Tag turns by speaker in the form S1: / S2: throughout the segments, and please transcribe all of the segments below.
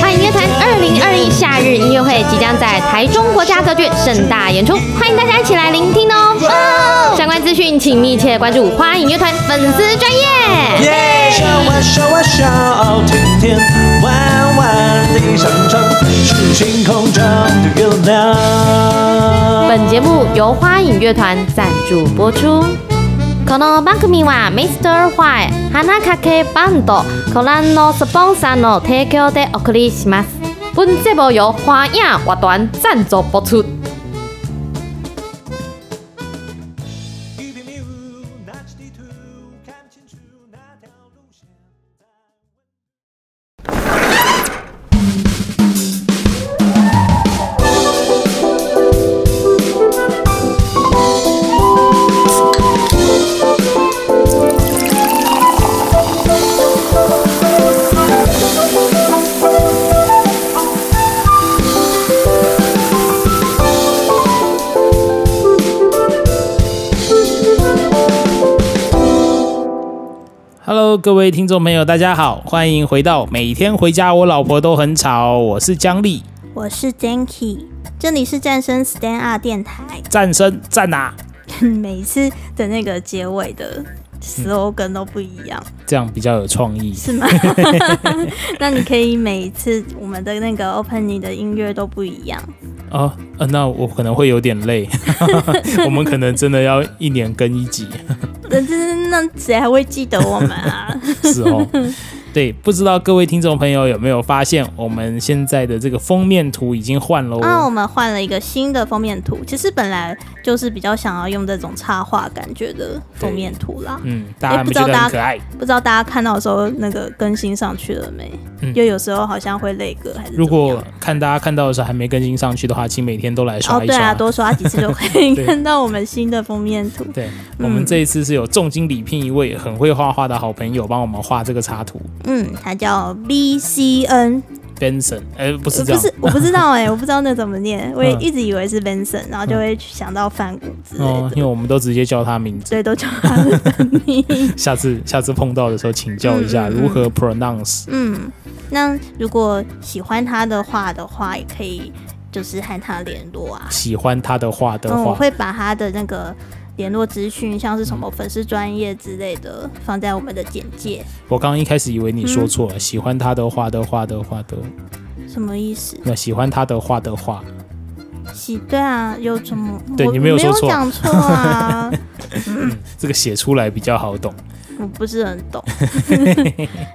S1: 欢迎乐团二零二一夏日音乐会即将在台中国家歌剧盛大演出，欢迎大家一起来聆听哦。相关资讯请密切关注花影乐团粉丝专业。
S2: 耶！
S3: 笑啊笑啊笑，天天弯弯地上升，是星空中的月亮。
S1: 本节目由花影乐团赞助播出。この番組は Mr. White 花かけバンドコランのスポンサーの提供でお送りします。本节目由花影乐团赞助播出。
S3: 一片迷雾，拿起地图，看不清楚那条路线。
S2: Hello，各位听众朋友，大家好，欢迎回到每天回家我老婆都很吵，我是姜丽，
S4: 我是 Janky，这里是战声 Stand Up 电台。
S2: 战声战啊！
S4: 每次的那个结尾的 slogan 都不一样，
S2: 这样比较有创意。
S4: 是吗？那你可以每一次我们的那个 opening 的音乐都不一样。
S2: 哦，呃，那我可能会有点累， 我们可能真的要一年更一集，
S4: 那这那谁还会记得我们 啊？
S2: 是哦。对，不知道各位听众朋友有没有发现，我们现在的这个封面图已经换了
S4: 啊，我
S2: 哦。
S4: 们换了一个新的封面图。其实本来就是比较想要用这种插画感觉的封面图啦。
S2: 嗯，大家
S4: 哎
S2: 有没
S4: 不
S2: 有觉得
S4: 知道大
S2: 很
S4: 家
S2: 可爱？
S4: 不知道大家看到的时候，那个更新上去了没？
S2: 嗯
S4: 因为有时候好像会累歌，还是
S2: 如
S4: 怎么
S2: 果
S4: 样
S2: 看大家看到的时候还没更新上去的话，请每天都来刷
S4: 哦，
S2: 一
S4: 对
S2: 刷。
S4: 啊，多刷几次就可以
S2: 对
S4: 看到我们新的封面图。
S2: 对我们这一次是有重金礼聘一位很会画画的好朋友，帮我们画这个插图。
S4: 嗯，它叫 B C N，
S2: Benson，呃，不是这
S4: 我不
S2: 样，
S4: 是我不知道哎、我不知道那怎么念，我也
S2: 嗯
S4: 一直以为是 Benson，然后就会去想到梵谷之类
S2: 哦，
S4: 的，
S2: 因为我们都直接叫他名字。
S4: 所以都叫他是本名。
S2: 下次下次碰到的时候，请教一下
S4: 嗯嗯嗯
S2: 如何 pronounce。
S4: 嗯，那如果喜欢他的话的话，也可以就是和他联络啊。
S2: 喜欢他的话的
S4: 嗯，我
S2: 话，
S4: 会把他的那个联络资讯，像是什么粉丝专业之类的，放在我们的简介。
S2: 我刚刚一开始以为你
S4: 嗯
S2: 说错了，喜欢他的话的话的话的，
S4: 什么意思？
S2: 那喜欢他的话的话，
S4: 喜对啊，有什么？
S2: 对
S4: 我
S2: 你没
S4: 没
S2: 有
S4: 有
S2: 说错
S4: 讲错啊，
S2: 这个写出来比较好懂。
S4: 我不是很懂。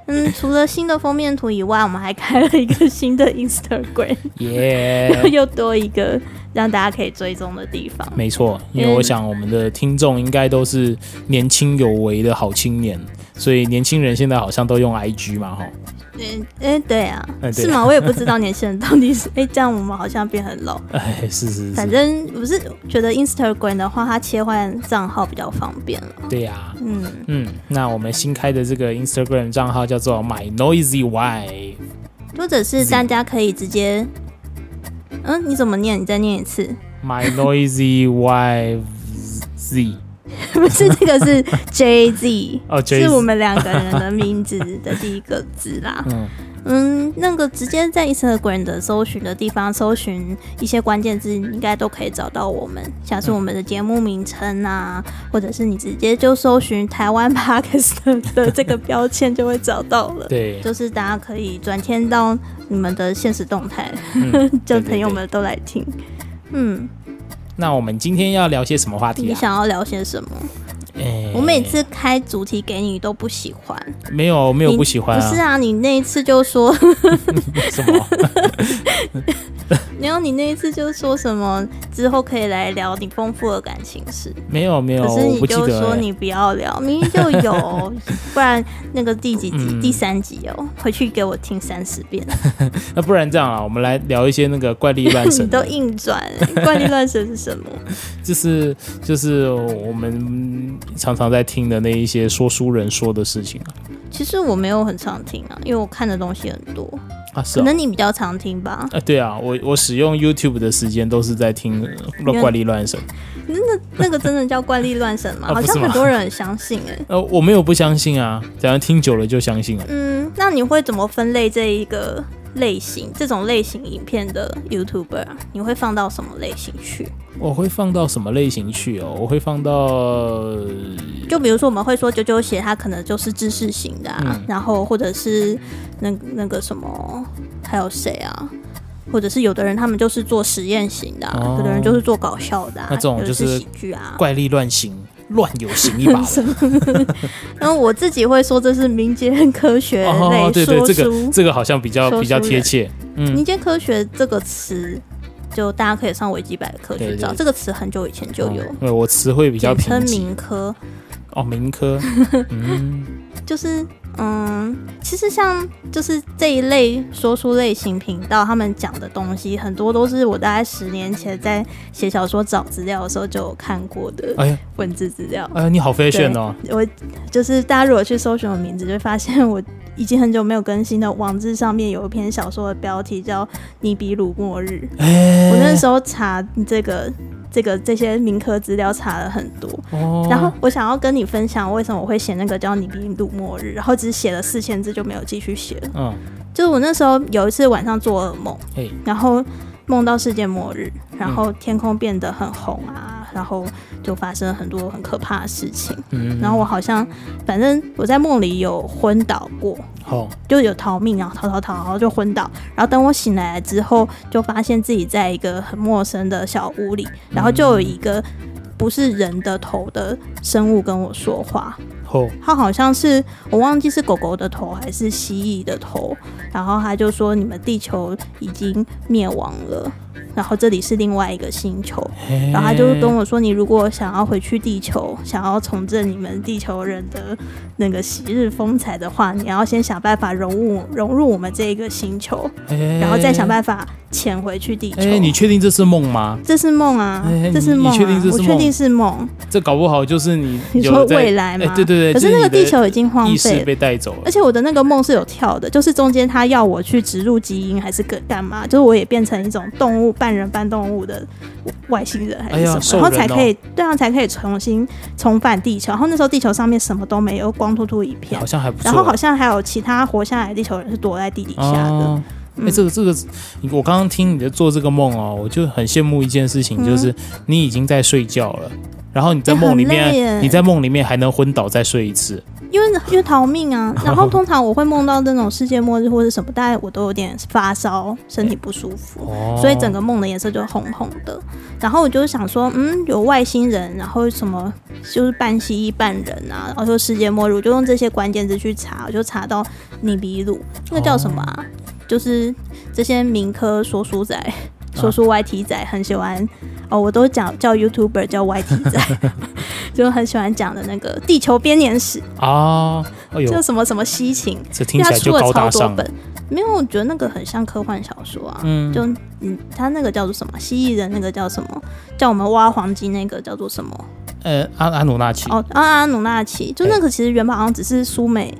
S4: 嗯，除了新的封面图以外，我们还开了一个新的 Instagram，
S2: 耶、
S4: 又多一个让大家可以追踪的地方。
S2: 没错，因
S4: 嗯
S2: 为我想我们的听众应该都是年轻有为的好青年，所以年轻人现在好像都用 IG 嘛，哈。
S4: 嗯，哎，对啊，
S2: 哎对啊
S4: 是吗？我也不知道年轻人到底是 哎，这样我们好像变很老。
S2: 哎，是是
S4: 反
S2: 是，
S4: 正我是觉得 Instagram 的话，它切换账号比较方便了。
S2: 对呀、
S4: 嗯，
S2: 嗯，那我们新开的这个 Instagram 账号叫做 My Noisy Wife。
S4: 或者是大家可以直接，嗯，你怎么念？你再念一次。
S2: My noisy wife Z
S4: 不是这个 是 J Z，
S2: 哦，J
S4: 是我们两个人的名字的第一个字啦。
S2: 嗯
S4: 嗯，那个直接在 Instagram 的搜寻的地方搜寻一些关键字，应该都可以找到我们，像是我们的节目名称啊，或者是你直接就搜寻台湾 Podcast 的这个标签就会找到了。
S2: 对，
S4: 就是大家可以转贴到你们的现实动态，
S2: 嗯
S4: 就
S2: 对对
S4: 朋友
S2: 对
S4: 们都来听。嗯，
S2: 那我们今天要聊些什么话题
S4: 你
S2: 啊？
S4: 想要聊些什么？
S2: 哎
S4: 我每次开主题给你都不喜欢，
S2: 没有没有
S4: 你
S2: 不喜欢
S4: 不是
S2: 啊，
S4: 啊，你那一次就说，
S2: 什么？
S4: 然后你那一次就说什么之后可以来聊你丰富的感情史，
S2: 没有没有，
S4: 可是
S2: 我
S4: 你
S2: 不记
S4: 就
S2: 得
S4: 说
S2: 欸。
S4: 你不要聊，明明就 有，不然那个第几集、
S2: 嗯
S4: 第三集哦，回去给我听三十遍，
S2: 那不然这样啊，我们来聊一些那个怪力乱
S4: 你
S2: 神
S4: 都
S2: 的，
S4: 硬转、欸，怪力乱神是什么？
S2: 就是就是我们常常在听的那一些说书人说的事情啊。
S4: 其实我没有很常听啊，因为我看的东西很多，
S2: 啊是
S4: 可
S2: 啊，
S4: 能你比 较常听吧。
S2: 啊对啊，我我使用 YouTube 的时间都是在听呃
S4: 为
S2: 怪力乱神。
S4: 那个那个真的叫怪力乱神吗？
S2: 啊
S4: 好
S2: 不是
S4: 像
S2: 吗
S4: 很多人很相信哎、
S2: 呃，我没有不相信啊，假如听久了就相信了。
S4: 嗯，那你会怎么分类这一个类型这种类型影片的 YouTuber 啊？你会放到什么类型去？
S2: 我会放到什么类型去哦？我会放到呃
S4: 就比如说我们会说九九鞋，它可能就是知识型的、啊，
S2: 嗯
S4: 然后或者是那那个什么，还有谁啊？或者是有的人他们就是做实验型的、啊，
S2: 哦
S4: 有的人就是做搞笑的、啊，
S2: 那这种
S4: 有的
S2: 就是
S4: 是喜剧啊。
S2: 怪力乱行、乱有型一把
S4: 什么？然后我自己会说这是民间科学
S2: 哦，
S4: 类
S2: 对对，
S4: 说
S2: 这
S4: 书。
S2: 个这个好像比较
S4: 说书
S2: 比较贴
S4: 人
S2: 切。嗯
S4: 民间科学这个词，就大家可以上维基百科去
S2: 对
S4: 找，
S2: 对
S4: 这个词很久以前就有
S2: 哦，对我词汇比较
S4: 简
S2: 贫
S4: 称
S2: 瘠
S4: 民科。
S2: 哦，民科，嗯，
S4: 就是嗯，其实像就是这一类说书类型频道，他们讲的东西很多都是我大概十年前在写小说找资料的时候就有看过的
S2: 哎呀，
S4: 文字资料。
S2: 哎呀，你好 fashion 哦，
S4: 我就是大家如果去搜寻我名字，就会发现我已经很久没有更新的网志上面有一篇小说的标题叫《尼比鲁末日》。
S2: 哎，
S4: 我那时候查这个。这个这些民科资料查了很多，
S2: 哦，
S4: 然后我想要跟你分享为什么我会写那个叫《尼比鲁末日》，然后只写了四千字就没有继续写了。
S2: 嗯，
S4: 就是我那时候有一次晚上做噩梦，
S2: 嘿，嗯
S4: 然后梦到世界末日，然后天空变得很红啊，然后就发生了很多很可怕的事情。
S2: 嗯，
S4: 然后我好像，反正我在梦里有昏倒过，
S2: 好，
S4: 就有逃命，然后逃逃逃，然后就昏倒。然后等我醒来之后，就发现自己在一个很陌生的小屋里，然后就有一个不是人的头的生物跟我说话。
S2: 好，
S4: 它好像是我忘记是狗狗的头还是蜥蜴的头，然后他就说你们地球已经灭亡了。然后这里是另外一个星球，
S2: 哎
S4: 然后他就跟我说：“你如果想要回去地球，想要重振你们地球人的那个昔日风采的话，你要先想办法融入融入我们这一个星球，
S2: 哎，
S4: 然后再想办法潜回去地球。
S2: 哎，你确定这是梦吗？
S4: 这是梦啊
S2: 哎，
S4: 这是梦、啊，
S2: 你确定这是
S4: 我确
S2: 梦
S4: 定是梦。
S2: 这搞不好就是你
S4: 你
S2: 有
S4: 说
S2: 在
S4: 未来吗？
S2: 哎，对对对，
S4: 可是
S2: 就
S4: 那个
S2: 你的
S4: 地球已经荒
S2: 意
S4: 废
S2: 识
S4: 了。
S2: 被带走了
S4: 而，且我的那个梦是有跳的，就是中间他要我去植入基因还是干干嘛，就是我也变成一种动物半人半动物的外星人还
S2: 哎
S4: 是
S2: 呀
S4: 什么，
S2: 兽
S4: 然后
S2: 人
S4: 才
S2: 哦
S4: 可以对啊，才可以重新重返地球。然后那时候地球上面什么都没有，光秃秃一片
S2: 好。像还不错，
S4: 然后好像还有其他活下来的地球人是躲在地底下的，
S2: 哦哎、
S4: 嗯
S2: 这个这个，你我刚刚听你的做这个梦哦，我就很羡慕一件事情，
S4: 嗯
S2: 就是你已经在睡觉了，然后你在
S4: 哎
S2: 梦里
S4: 很累耶
S2: 面，你在梦里面还能昏倒再睡一次，
S4: 因为因为逃命啊。然后通常我会梦到那种世界末日或者什么，大概我都有点发烧，身体不舒服。
S2: 哦，
S4: 所以整个梦的颜色就红红的。然后我就想说，嗯，有外星人，然后什么就是半蜥蜴半人啊，然后说世界末日，我就用这些关键字去查，我就查到尼比鲁，
S2: 哦
S4: 那个叫什么啊？就是这些民科说书仔。说书 YT 仔很喜欢哦，我都讲叫 YouTuber 叫 YT 仔， 就很喜欢讲的那个地球编年史，
S2: 啊，哎
S4: 叫
S2: 呦，
S4: 什么什么西情，
S2: 这听
S4: 因为
S2: 起来就
S4: 他出了
S2: 高
S4: 超
S2: 大
S4: 多
S2: 上了，
S4: 本，没有，我觉得那个很像科幻小说啊。
S2: 嗯，
S4: 就嗯，他那个叫做什么？蜥蜴人那个叫什么？叫我们挖黄金那个叫做什么？
S2: 呃，安安努纳奇，
S4: 哦，阿阿努纳奇，就那个其实原本好像只是苏美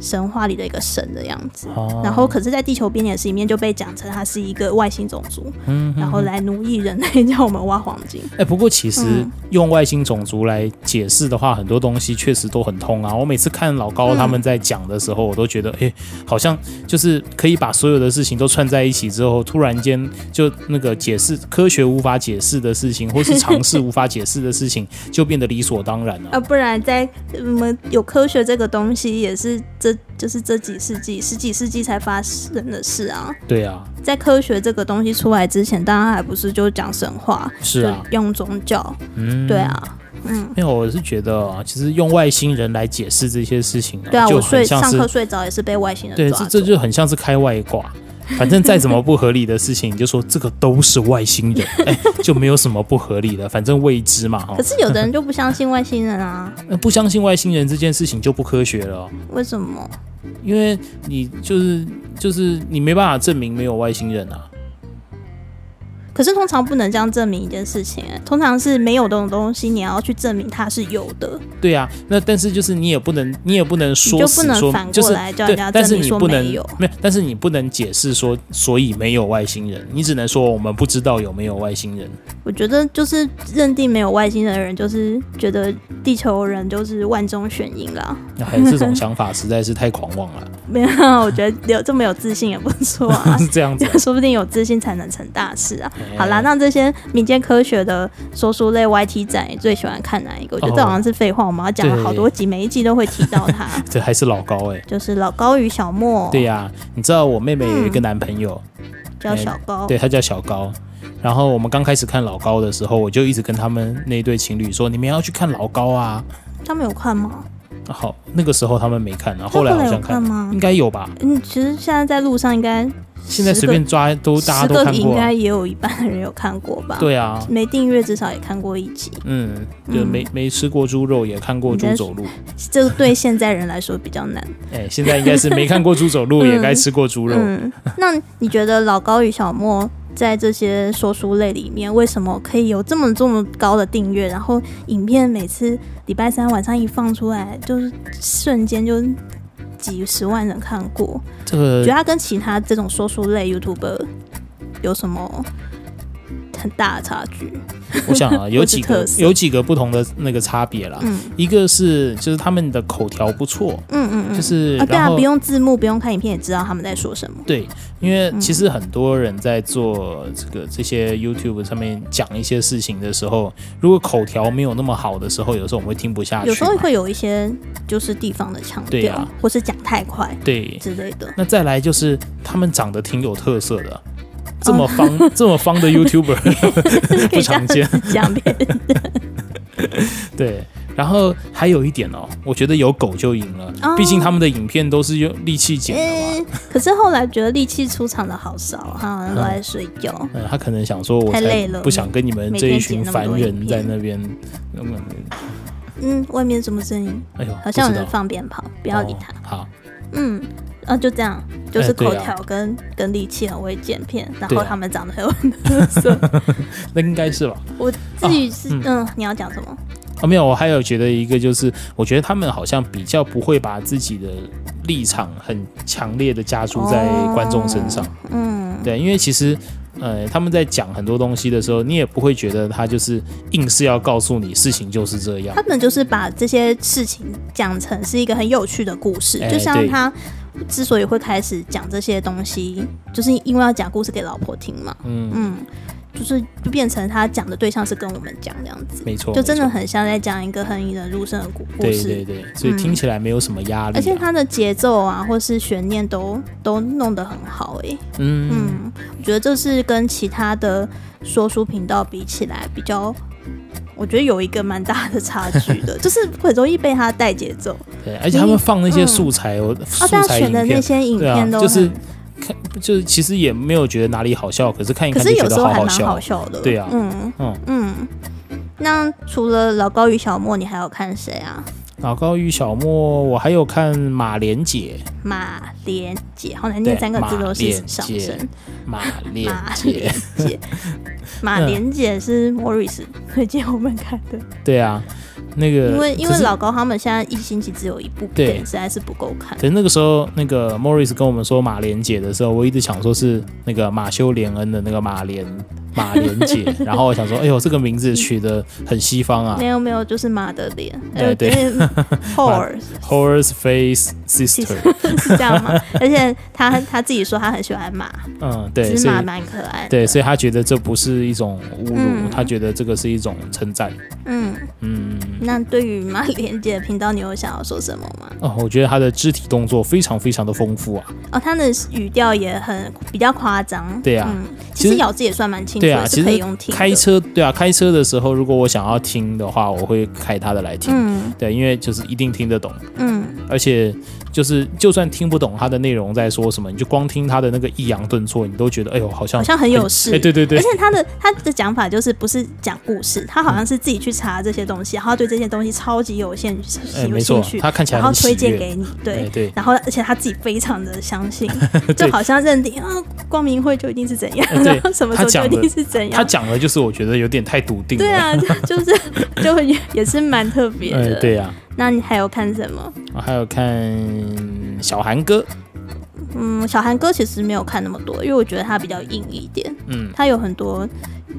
S4: 神话里的一个神的样子。
S2: 哦
S4: 然后，可是，在地球编年史里面就被讲成他是一个外星种族，
S2: 嗯，
S4: 然后来奴役人类，叫我们挖黄 金。
S2: 哎、不过其实
S4: 嗯
S2: 用外星种族来解释的话，很多东西确实都很通啊。我每次看老高他们在讲的时候，我都觉得，哎、好像就是可以把所有的事情都串在一起之后，突然间就那个解释科学无法解释的事情，或是尝试无法解释的事 情，就变得理所当然了、
S4: 啊，不然在我们、有科学这个东西，也是这就是这几世纪、十几世纪才发生的事啊。
S2: 对啊，
S4: 在科学这个东西出来之前，当然还不是就讲神话，
S2: 是啊，
S4: 就用宗教，
S2: 嗯，
S4: 对。啊，嗯，
S2: 没有，我是觉得啊，其实用外星人来解释这些事情、啊，
S4: 对啊，
S2: 就
S4: 我睡
S2: 很像
S4: 上
S2: 是
S4: 课睡着也是被外星人
S2: 对，
S4: 抓
S2: 这
S4: 走
S2: 这就很像是开外挂。反正再怎么不合理的事情，你就说这个都是外星人，哎、就没有什么不合理的，反正未知嘛，哈
S4: 可。是有的人就不相信外星人 啊，
S2: 那不相信外星人这件事情就不科学了哦、
S4: 为什么？
S2: 因为你就是就是你没办法证明没有外星人啊。
S4: 可是通常不能这样证明一件事情、欸通常是没有这种东西，你要去证明它是有的。
S2: 对啊，那但是就是你也不能，你也不能
S4: 你
S2: 说
S4: 就
S2: 死
S4: 不能
S2: 说
S4: 反过
S2: 就是
S4: 来叫
S2: 对
S4: 人家，
S2: 但是
S4: 证明
S2: 你
S4: 说
S2: 不
S4: 没
S2: 能
S4: 有
S2: 没有，但是你不能解释说所以没有外星人，你只能说我们不知道有没有外星人。
S4: 我觉得就是认定没有外星人的人，就是觉得地球人就是万中选一啦。
S2: 那还有这种想法实在是太狂妄了，
S4: 没有，啊我觉得有这么有自信也不错啊。
S2: 是这样 子啊。
S4: 说不定有自信才能成大事啊！
S2: 哎
S4: 好啦，那这些民间科学的说书类 YT 展，你最喜欢看哪一个？我觉得这
S2: 哦
S4: 好像是废话，我们要讲了好多集，每一集都会提 到它，
S2: 这还是老高哎、
S4: 就是老高与小莫，
S2: 对呀、你知道我妹妹有
S4: 嗯
S2: 一个男朋友，
S4: 叫小高，
S2: 哎对他叫小高。然后我们刚开始看老高的时候，我就一直跟他们那一对情侣说，你们要去看老高啊。
S4: 他们有看吗？
S2: 好，那个时候他们没看，然后后来好像看，
S4: 他后来有看吗
S2: 应该有吧。
S4: 嗯，其实现在在路上应该
S2: 现在随便抓都大家
S4: 十
S2: 都
S4: 个
S2: 看
S4: 应
S2: 过、啊
S4: 该，也有一半的人有看过吧？，
S2: 对啊，
S4: 没订阅至少也看过一集，
S2: 嗯，就没没吃过猪肉，也看过猪走路。
S4: 这个对现在人来说比较难。
S2: 哎，现在应该是没看过猪走 路，也该吃过猪肉。
S4: 嗯，那你觉得老高与小莫在这些说书类里面，为什么可以有这么这么高的订阅？然后影片每次礼拜三晚上一放出来，就是瞬间就几十万人看过。
S2: 这
S4: 你觉得
S2: 个
S4: 它跟其他这种说书类 YouTuber 有什么很大的差距？
S2: 我想啊，有几
S4: 或是
S2: 个
S4: 特色
S2: 有几个不同的那个差别啦。
S4: 嗯
S2: 一个是就是他们的口条不错，
S4: 嗯嗯嗯，
S2: 就是
S4: 啊，对
S2: 然
S4: 啊，
S2: 后
S4: 不。用字幕，不用看影片也知道他们在说什么。
S2: 对，因为
S4: 嗯
S2: 其实很多人在做这个这些 YouTube 上面讲一些事情的时候，如果口条没有那么好的时候，有时候我们会听不下去嘛。
S4: 有时候会有一些就是地方的腔
S2: 对
S4: 调，
S2: 啊
S4: 或是讲太快
S2: 对，
S4: 之类的。
S2: 那再来就是他们长得挺有特色的，这
S4: 哦
S2: 么方、 这么方的 YouTuber
S4: 可以
S2: 不
S4: 这样
S2: 常
S4: 子
S2: 见。
S4: 讲别人。
S2: 对，然后还有一点哦，我觉得有狗就赢了，
S4: 哦
S2: 毕竟他们的影片都是用力气剪的嘛。
S4: 嗯，可是后来觉得力气出场的好少，他好像都在睡觉。
S2: 嗯，他可能想说，我
S4: 太累
S2: 才
S4: 了
S2: 不想跟你们
S4: 每
S2: 这一
S4: 天
S2: 群
S4: 剪那么
S2: 凡
S4: 多影
S2: 人在
S4: 片
S2: 那边。嗯，
S4: 嗯，外面什么声音？
S2: 哎呦，
S4: 好像有
S2: 不知
S4: 人
S2: 道，
S4: 放鞭炮，不要理他
S2: 哦。好，
S4: 嗯，啊，就这样，就是
S2: 哎对
S4: 口
S2: 啊
S4: 条跟跟力气很会剪片，然
S2: 对
S4: 后
S2: 啊
S4: 他们长得很有特色。
S2: 那应该是吧？
S4: 我自己是
S2: 啊
S4: 嗯，你要讲什么？
S2: 啊，没有，我还有觉得一个就是，我觉得他们好像比较不会把自己的立场很强烈的加注在观众身上。
S4: 哦嗯，
S2: 对，因为其实，呃，他们在讲很多东西的时候，你也不会觉得他就是硬是要告诉你事情就是这样
S4: 他。们就是把这些事情讲成是一个很有趣的故事，
S2: 哎
S4: 就像
S2: 对
S4: 他之所以会开始讲这些东西，就是因为要讲故事给老婆听嘛。
S2: 嗯，
S4: 嗯，就是就变成他讲的对象是跟我们讲这样子，
S2: 没错，
S4: 就真的
S2: 没错
S4: 很像在讲一个很引人入胜的故故
S2: 对
S4: 事。
S2: 对对，所以听起来没有什么压力、啊
S4: 嗯而且它的节奏啊，或是悬念都都弄得很好诶、
S2: 嗯，
S4: 嗯，我觉得这是跟其他的说书频道比起来比较，我觉得有一个蛮大的差距 的，就是很容易被他带节奏。
S2: 对，而且他们放那些素材，我、
S4: 嗯哦
S2: 素，
S4: 大家
S2: 材
S4: 选
S2: 影
S4: 的那
S2: 片，
S4: 些影
S2: 对啊
S4: 片都，很、
S2: 就是看，就是其实也没有觉得哪里好笑，可是看一
S4: 可
S2: 看
S4: 是
S2: 就
S4: 有
S2: 觉
S4: 时
S2: 得
S4: 候还
S2: 好
S4: 蛮好
S2: 笑。
S4: 笑的。
S2: 对啊
S4: 嗯
S2: 嗯
S4: 嗯。那除了老高与小莫，你还有看谁啊？
S2: 老高与小莫，我还有看马莲姐，
S4: 马莲姐，好难念，
S2: 对
S4: 三个字都是上
S2: 马
S4: 升
S2: 莲。马 莲
S4: 马
S2: 姐
S4: 莲，姐， 马莲姐是 Morris 推荐我们看 的，
S2: 对啊，那个
S4: 因为因
S2: 可
S4: 为
S2: 是
S4: 老高他们现在一星期只有一部
S2: 对啊
S4: 片，实在是不够看
S2: 可。是那个时候，那个 Morris 跟我们说马莲姐的时候，我一直想说是那个马修·连恩的那个马莲马莲姐，然后我想说，哎呦，这个名字取得很西方啊
S4: 没有没有，就是马的脸，
S2: 对
S4: 呃
S2: 对
S4: 因为，Horse
S2: ，Horace Face
S4: 其实
S2: Sister，
S4: 是这样吗？ 而且他他自己说他很喜欢马，
S2: 嗯，
S4: 其
S2: 对，
S4: 实
S2: 所以
S4: 马蛮可爱的。
S2: 对，所以他觉得这不是一种侮辱，
S4: 嗯
S2: 他觉得这个是一种称赞，
S4: 嗯，
S2: 嗯。
S4: 那对于马莲姐的频道，你有想要说什么吗？
S2: 哦，我觉得他的肢体动作非常非常的丰富啊，
S4: 哦，他的语调也很比较夸张。
S2: 对啊
S4: 嗯，
S2: 其
S4: 其实
S2: 实
S4: 咬字也算蛮清楚
S2: 对啊，
S4: 的，
S2: 其
S4: 是可以
S2: 实
S4: 用听的。
S2: 开车对啊，开车的时候如果我想要听的话，我会开他的来听，
S4: 嗯
S2: 对，因为就是一定听得懂，
S4: 嗯
S2: 而且就是就算听不懂它的内容在说什么，你就光听它的那个抑扬顿挫，你都觉得哎呦，好像
S4: 好像很有事
S2: 哎、对对对
S4: 而且，他的他的讲法就是不是讲故事，他好像是自己去查这些东西，然后对这些东西超级有兴趣，
S2: 哎
S4: 有
S2: 没
S4: 兴
S2: 错
S4: 趣，
S2: 他看起来
S4: 然后
S2: 很喜
S4: 推荐
S2: 悦
S4: 给你，
S2: 哎
S4: 对
S2: 对，
S4: 然后而且他自己非常的相信 就好像认定啊光明会就一定是怎样，
S2: 哎对
S4: 然后什么时
S2: 他
S4: 候就
S2: 讲
S4: 一
S2: 的
S4: 定是怎
S2: 他
S4: 样，
S2: 讲的就是我觉得有点太笃定了。
S4: 对啊，就 就是就也也是蛮特别
S2: 哎
S4: 的。
S2: 对呀、
S4: 那你还有看什么？
S2: 啊，还有看小韩哥，
S4: 嗯，小韩歌其实没有看那么多，因为我觉得它比较硬一点，
S2: 嗯，
S4: 它有很多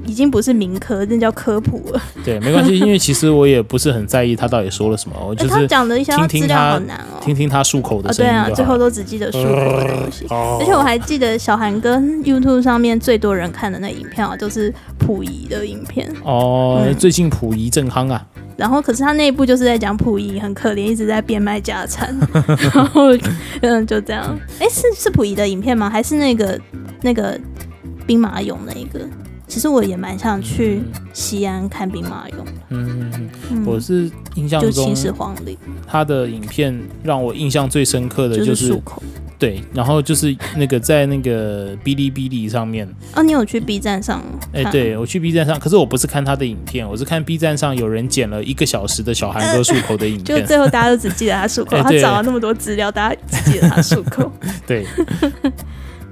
S4: 已经不是民科，那叫科普了。
S2: 对，没关系，因为其实我也不是很在意他到底说了什么，我就
S4: 哎他
S2: 是
S4: 讲的一些
S2: 听
S4: 他
S2: 听
S4: 资料
S2: 他
S4: 好难哦。
S2: 听听他漱口
S4: 哦，
S2: 的声
S4: 对
S2: 音
S4: 啊，
S2: 就
S4: 最
S2: 好
S4: 后
S2: 了。
S4: 都只记得数的东西。
S2: 哦
S4: 而且我还记得小韩跟 YouTube 上面最多人看的那影片啊，就是溥仪的影片。
S2: 哦，
S4: 嗯
S2: 最近溥仪正夯啊，
S4: 然后，可是他那一部就是在讲溥仪很可怜，一直在变卖 家产。然后，嗯，就这样。哎，是是溥仪的影片吗？还是那个那个兵马俑那一个？其实我也蛮想去西安看兵马俑，
S2: 嗯，嗯嗯
S4: 嗯
S2: 我是印象
S4: 就
S2: 中
S4: 秦始皇陵，
S2: 他的影片让我印象最深刻的
S4: 就
S2: 就是是
S4: 漱口。
S2: 对，然后就是那个在那个哔哩哔哩上面，
S4: 哦，你有去 B 站上
S2: 哎，
S4: 看？
S2: 对我去 B 站上，可是我不是看他的影片，我是看 B 站上有人剪了一个小时的小韩哥漱口的影
S4: 就
S2: 片，
S4: 最后大家都只记得他漱口，
S2: 哎
S4: 他
S2: 对
S4: 找了那么多资料，大家只记得他漱口。
S2: 对，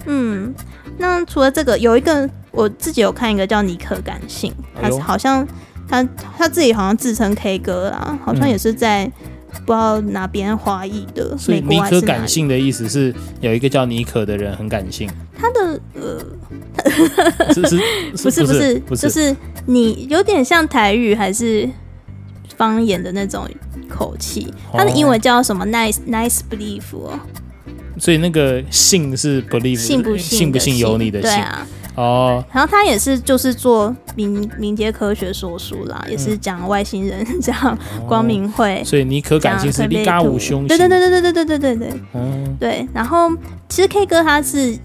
S4: 嗯，那除了这个，有一个我自己有看一个叫尼可感性，
S2: 哎
S4: 他
S2: 呦
S4: 好像他他自己好像自称 K 歌啦，好像
S2: 嗯
S4: 也是在、不知道哪边华裔的
S2: 所以
S4: 美
S2: 尼
S4: 国还啊
S2: 可
S4: 是哪
S2: 感
S4: 里？
S2: 性的意思是有一个叫尼可的人很感性，
S4: 他的呃
S2: 是是
S4: 不是
S2: 不
S4: 是
S2: 不
S4: 就是是你有点像台语还是方言的那种口气，他的英文叫什么 nice nice belief 哦，
S2: 所以那个信是 believe
S4: 信不信
S2: 信不
S4: 的
S2: 信由你的
S4: 对
S2: 信
S4: 啊。
S2: 哦，
S4: 然后他也是就是做民民间科学说书啦，也是讲外星人，讲光明会，
S2: 所以尼可感
S4: 讲
S2: 性是
S4: 推背
S2: 利嘎
S4: 图
S2: 无凶，
S4: 对对对，对对对对对对
S2: 嗯，
S4: 对。然后其实 K 哥他是。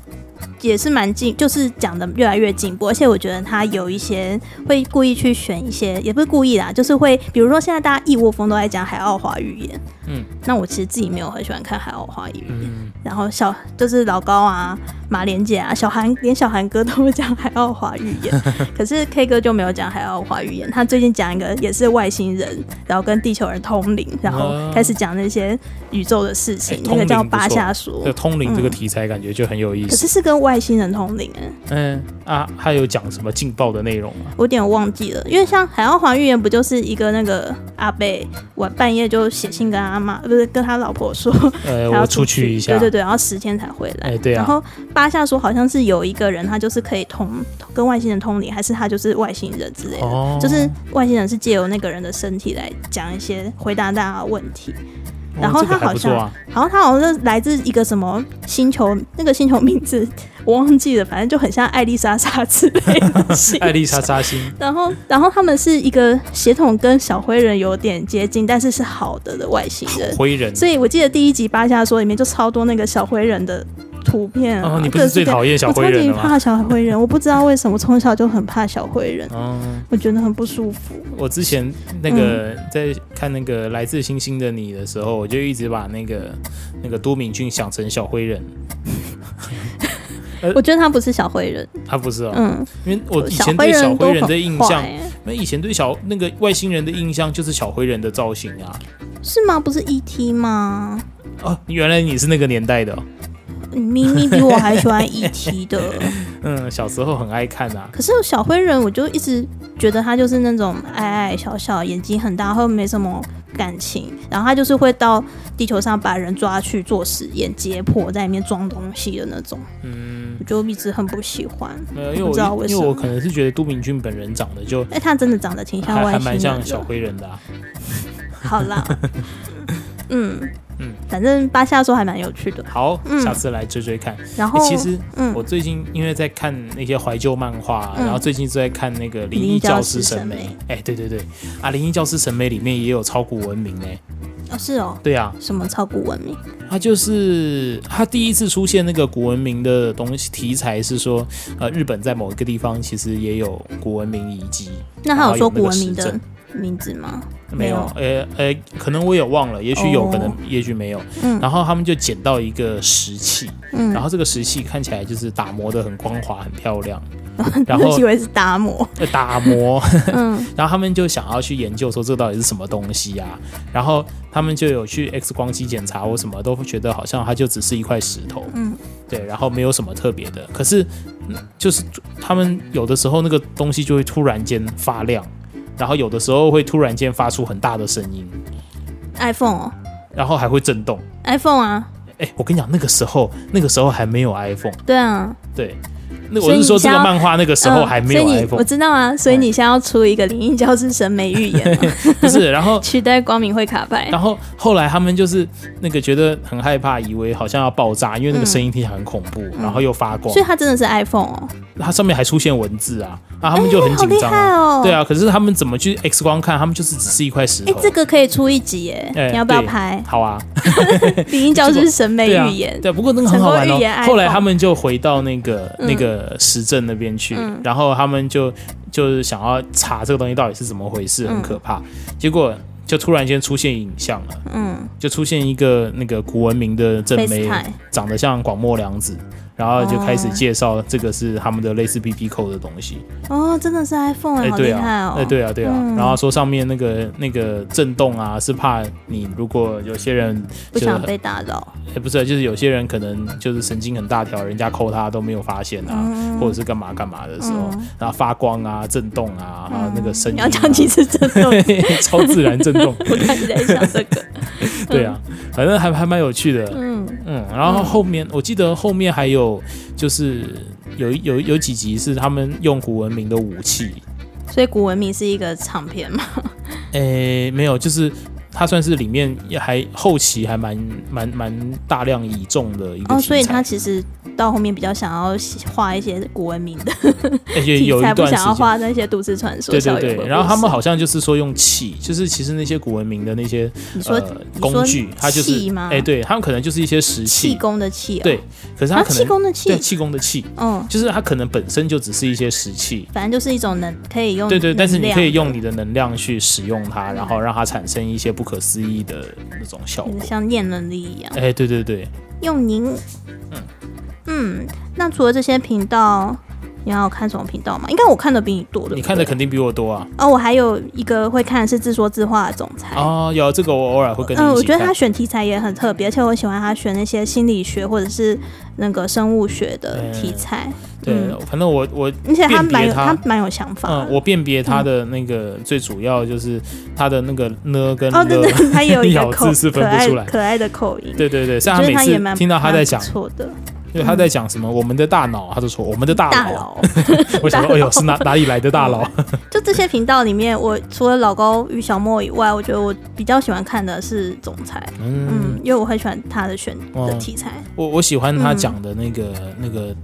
S4: 也是蛮进，就是讲的越来越进步，而且我觉得他有一些会故意去选一些，也不是故意啦，就是会，比如说现在大家一窝蜂都在讲海奥华语言，
S2: 嗯
S4: 嗯，那我其实自己没有很喜欢看海奥华语言，然后小就是老高啊、马莲姐啊、小韩，连小韩哥都会讲海奥华语 言，可是 K 哥就没有讲海奥华语言，他最近讲一个也是外星人，然后跟地球人通灵，然后
S2: 哦
S4: 开始讲那些宇宙的事情
S2: 哎，
S4: 那个
S2: 通
S4: 叫
S2: 灵不错
S4: 巴夏说
S2: 这，通灵这个
S4: 嗯
S2: 题材感觉就很有意
S4: 可是
S2: 思，
S4: 是跟外星人通灵哎、
S2: 嗯啊，还有讲什么劲爆的内容啊吗？
S4: 我有点忘记了，因为像海奥华预言不就是一个那个阿贝，我半夜就写信跟阿妈，不是跟他老婆说，
S2: 呃，
S4: 他要
S2: 我出去一下，
S4: 对对对，然后十天才回来。
S2: 哎对啊
S4: 然后巴夏说好像是有一个人，他就是可以通跟外星人通灵，还是他就是外星人之类的，
S2: 哦
S4: 就是外星人是借由那个人的身体来讲一些回答大家的问题。
S2: 哦
S4: 然后
S2: 这个
S4: 他
S2: 还
S4: 好
S2: 不错
S4: 像，
S2: 啊，
S4: 好像他好像是来自一个什么星球， 那个星球名字我忘记了，反正就很像艾丽莎莎之类 的星
S2: 艾丽莎扎心，
S4: 然后，然后他们是一个血统跟小灰人有点接近，但是是好的的外星人。
S2: 灰人，
S4: 所以我记得第一集巴夏说里面就超多那个小灰人的图片、啊。
S2: 哦，你不是
S4: 各式
S2: 最
S4: 各样
S2: 讨厌小灰人
S4: 我
S2: 的
S4: 超级
S2: 吗？
S4: 怕小灰人，我不知道为什么，我从小就很怕小灰人，
S2: 嗯，
S4: 我觉得很不舒服。
S2: 我之前那
S4: 嗯
S2: 个在看那个《来自星星的你》的时候，我就一直把那个那个都敏俊想成小灰人，
S4: 我觉得他不是小灰人，
S2: 他不是哦，
S4: 嗯，
S2: 因为我以
S4: 小
S2: 前
S4: 灰
S2: 对小
S4: 人都
S2: 灰人的
S4: 很
S2: 印
S4: 坏、
S2: 象，
S4: 欸，
S2: 那以前对小那个外星人的印象就是小灰人的造型啊。
S4: 是吗？不是 ET 吗？
S2: 哦，原来你是那个年代的哦、
S4: 嗯咪咪比我还喜欢 ET 的，
S2: 嗯，小时候很爱看啊。
S4: 可是小灰人，我就一直觉得他就是那种矮矮小小，眼睛很大，后没什么感情，然后他就是会到地球上把人抓去做实验，解剖在里面装东西的那种，
S2: 嗯，
S4: 我就一直很不喜欢。
S2: 没呃有，因为
S4: 不知道
S2: 我
S4: 为
S2: 因
S4: 什
S2: 为我
S4: 么，
S2: 可能是觉得都敏俊本人长得就
S4: 哎、他真的长得挺像
S2: 还
S4: 外
S2: 还
S4: 星
S2: 蛮
S4: 人
S2: 像
S4: 的。
S2: 小灰人的、啊。
S4: 好 啦，嗯
S2: 嗯
S4: 嗯，反正巴夏说还蛮有趣的。
S2: 好，
S4: 嗯
S2: 下次来追追看。
S4: 然后、
S2: 欸其实
S4: 嗯
S2: 我最近因为在看那些怀旧漫画啊、
S4: 嗯
S2: 然后最近就在看那个《灵
S4: 灵
S2: 异
S4: 异教
S2: 教师
S4: 师
S2: 神
S4: 神
S2: 眉
S4: 眉》。
S2: 哎，对对对，啊，《灵异教师神眉》里面也有超古文明呢、
S4: 哦是哦，
S2: 对啊，
S4: 什么超古文明？
S2: 他就是他第一次出现那个古文明的东西题材是说，呃，日本在某一个地方其实也有古文明遗迹。
S4: 那他
S2: 然
S4: 有
S2: 后
S4: 说
S2: 那个
S4: 古文
S2: 史
S4: 明的
S2: 政
S4: 名字吗？
S2: 没有，呃呃，可能我也忘了，也许有、
S4: 哦
S2: 可能，也许没有。
S4: 嗯
S2: 然后他们就捡到一个石器，
S4: 嗯
S2: 然后这个石器看起来就是打磨的很光滑、很漂 亮，然
S4: 我
S2: 后
S4: 以为是达摩。
S2: 呃打磨，
S4: 嗯
S2: 然后他们就想要去研究说这到底是什么东西啊，然后他们就有去 X 光机检查或什么，都觉得好像它就只是一块石头，
S4: 嗯，
S2: 对，然后没有什么特别的。可是嗯就是他们有的时候那个东西就会突然间发亮，然后有的时候会突然间发出很大的声音，
S4: ，iPhone 哦
S2: 然后还会震动。
S4: ，iPhone 啊，
S2: 哎，我跟你讲，那个时候那个时候还没有 iPhone，
S4: 对啊，
S2: 对，那
S4: 所
S2: 我
S4: 以
S2: 是说
S4: 你
S2: 这
S4: 想
S2: 个
S4: 要
S2: 漫画那个时候还没有
S4: 嗯所以你
S2: iPhone，、哎
S4: 我知道啊，所以你现在要出一个灵异教室审美预言 嘛，
S2: 不是，然后
S4: 取代光明会卡牌
S2: 然。后后来他们就是那个觉得很害怕，以为好像要爆炸，因为那个声音听起来很恐怖，然后又发光
S4: 嗯所以，它真的是 iPhone 哦，
S2: 它上面还出现文字啊，啊，他们就很
S4: 哎好
S2: 紧
S4: 厉
S2: 张
S4: 害
S2: 啊。
S4: 哦！
S2: 对，啊，可是他们怎么去 X 光看？他们就是只是一块石
S4: 哎
S2: 头。，
S4: 这个可以出一集耶，
S2: 哎
S4: 你要不要
S2: 对
S4: 拍
S2: 好啊，
S4: 《灵异教室审美
S2: 对啊
S4: 预，言》？
S2: 对，不过那个很好玩
S4: 成功
S2: 哦
S4: 预言。iPhone
S2: 后来他们就回到那个那个石镇那边去，
S4: 嗯
S2: 然后他们就就是想要查这个东西到底是怎么回事，
S4: 嗯
S2: 很可怕。结果就突然间出现影像了，
S4: 嗯，
S2: 就出现一个那个古文明的正妹
S4: FaceTime，
S2: 长得像广末凉子，然后就开始介绍这个是他们的类似 B B 扣的东西。
S4: 哦，真的是 iPhone 哎，好
S2: 对
S4: 厉
S2: 啊，
S4: 害哦！
S2: 哎、对啊，对啊。
S4: 嗯
S2: 然后说上面那个那个震动啊，是怕你如果有些人
S4: 不
S2: 就
S4: 想被打扰。
S2: 哎不是，就是有些人可能就是神经很大条，人家扣他都没有发现啊，
S4: 嗯
S2: 或者是干嘛干嘛的时候，然后发光啊、震动啊，然后那个声音、
S4: 嗯你
S2: 啊，
S4: 要讲几次震动？
S2: 超自然震动，
S4: 我看你在想这 个。
S2: 对啊，反正还还蛮有趣的。
S4: 嗯
S2: 嗯，然后后面、我记得后面还有就是有一有有几集是他们用古文明的武器，，
S4: 所以古文明是一个长篇嘛？
S2: 诶，没有，就是它算是里面也还后期还蛮蛮蛮大量倚重的一个
S4: 哦，
S2: 题材，
S4: 所以他其实到后面比较想要画一些古文明的
S2: 而且
S4: 题
S2: 呃有
S4: 材，
S2: 一
S4: 不
S2: 段时
S4: 想要
S2: 间。
S4: 画那些都市传说。
S2: 对
S4: 校
S2: 对对，
S4: 园鬼故事
S2: 然后他们好像就是说用气，就是其实那些古文明的那些
S4: 你说
S2: 呃
S4: 你说
S2: 工具，它就是
S4: 气吗
S2: 哎，对他们可能就是一些石
S4: 气
S2: 器，
S4: 功的气哦，
S2: 对，可是
S4: 啊，
S2: 它可
S4: 气
S2: 能
S4: 功的
S2: 对
S4: 气，
S2: 气功的气，
S4: 嗯，
S2: 就是它可能本身就只是一些石器，
S4: 反正就是一种能可以用
S2: 对对，但是你
S4: 嗯能量嗯
S2: 可以用你的能量去使用它，然后让它产生一些不可思议的那种效果
S4: 嗯。像念能力一样
S2: 哎、对对对，
S4: 用您。嗯，那除了这些频道，你要看什么频道吗？应该我看的比你多的，
S2: 你看的肯定比我多啊！
S4: 哦，我还有一个会看的是自说自话的总裁。
S2: 哦，有这个我偶尔会跟你一起
S4: 嗯，
S2: 看。
S4: 我觉得他选题材也很特别，而且我喜欢他选那些心理学或者是那个生物学的题材，
S2: 对，
S4: 嗯
S2: 反正我我
S4: 而且他
S2: 辨别
S4: 蛮有
S2: 他
S4: 他蛮有想法
S2: 嗯，
S4: 的。
S2: 我辨别他的那个最主要就是他的那个呢跟
S4: 哦，
S2: 了，
S4: 对对，他也有一个
S2: 咬字
S4: 口
S2: 是
S4: 可
S2: 分不
S4: 爱
S2: 出来
S4: 可爱的口音，
S2: 对对对，像
S4: 我
S2: 他
S4: 觉得
S2: 每
S4: 他也蛮
S2: 次听到他在讲
S4: 蛮，不错的
S2: 因为他在讲什么我们的大脑，他就说我们的大
S4: 大
S2: 脑，
S4: 佬。
S2: 我想说
S4: 大佬
S2: 哎呦是哪哪里来的大佬？
S4: 就这些频道里面，我除了老高与小莫以外，我觉得我比较喜欢看的是总裁，
S2: 嗯
S4: 嗯，，因为我很喜欢他的选
S2: 哦
S4: 的题材，
S2: 我我喜欢他
S4: 嗯
S2: 讲的那个那个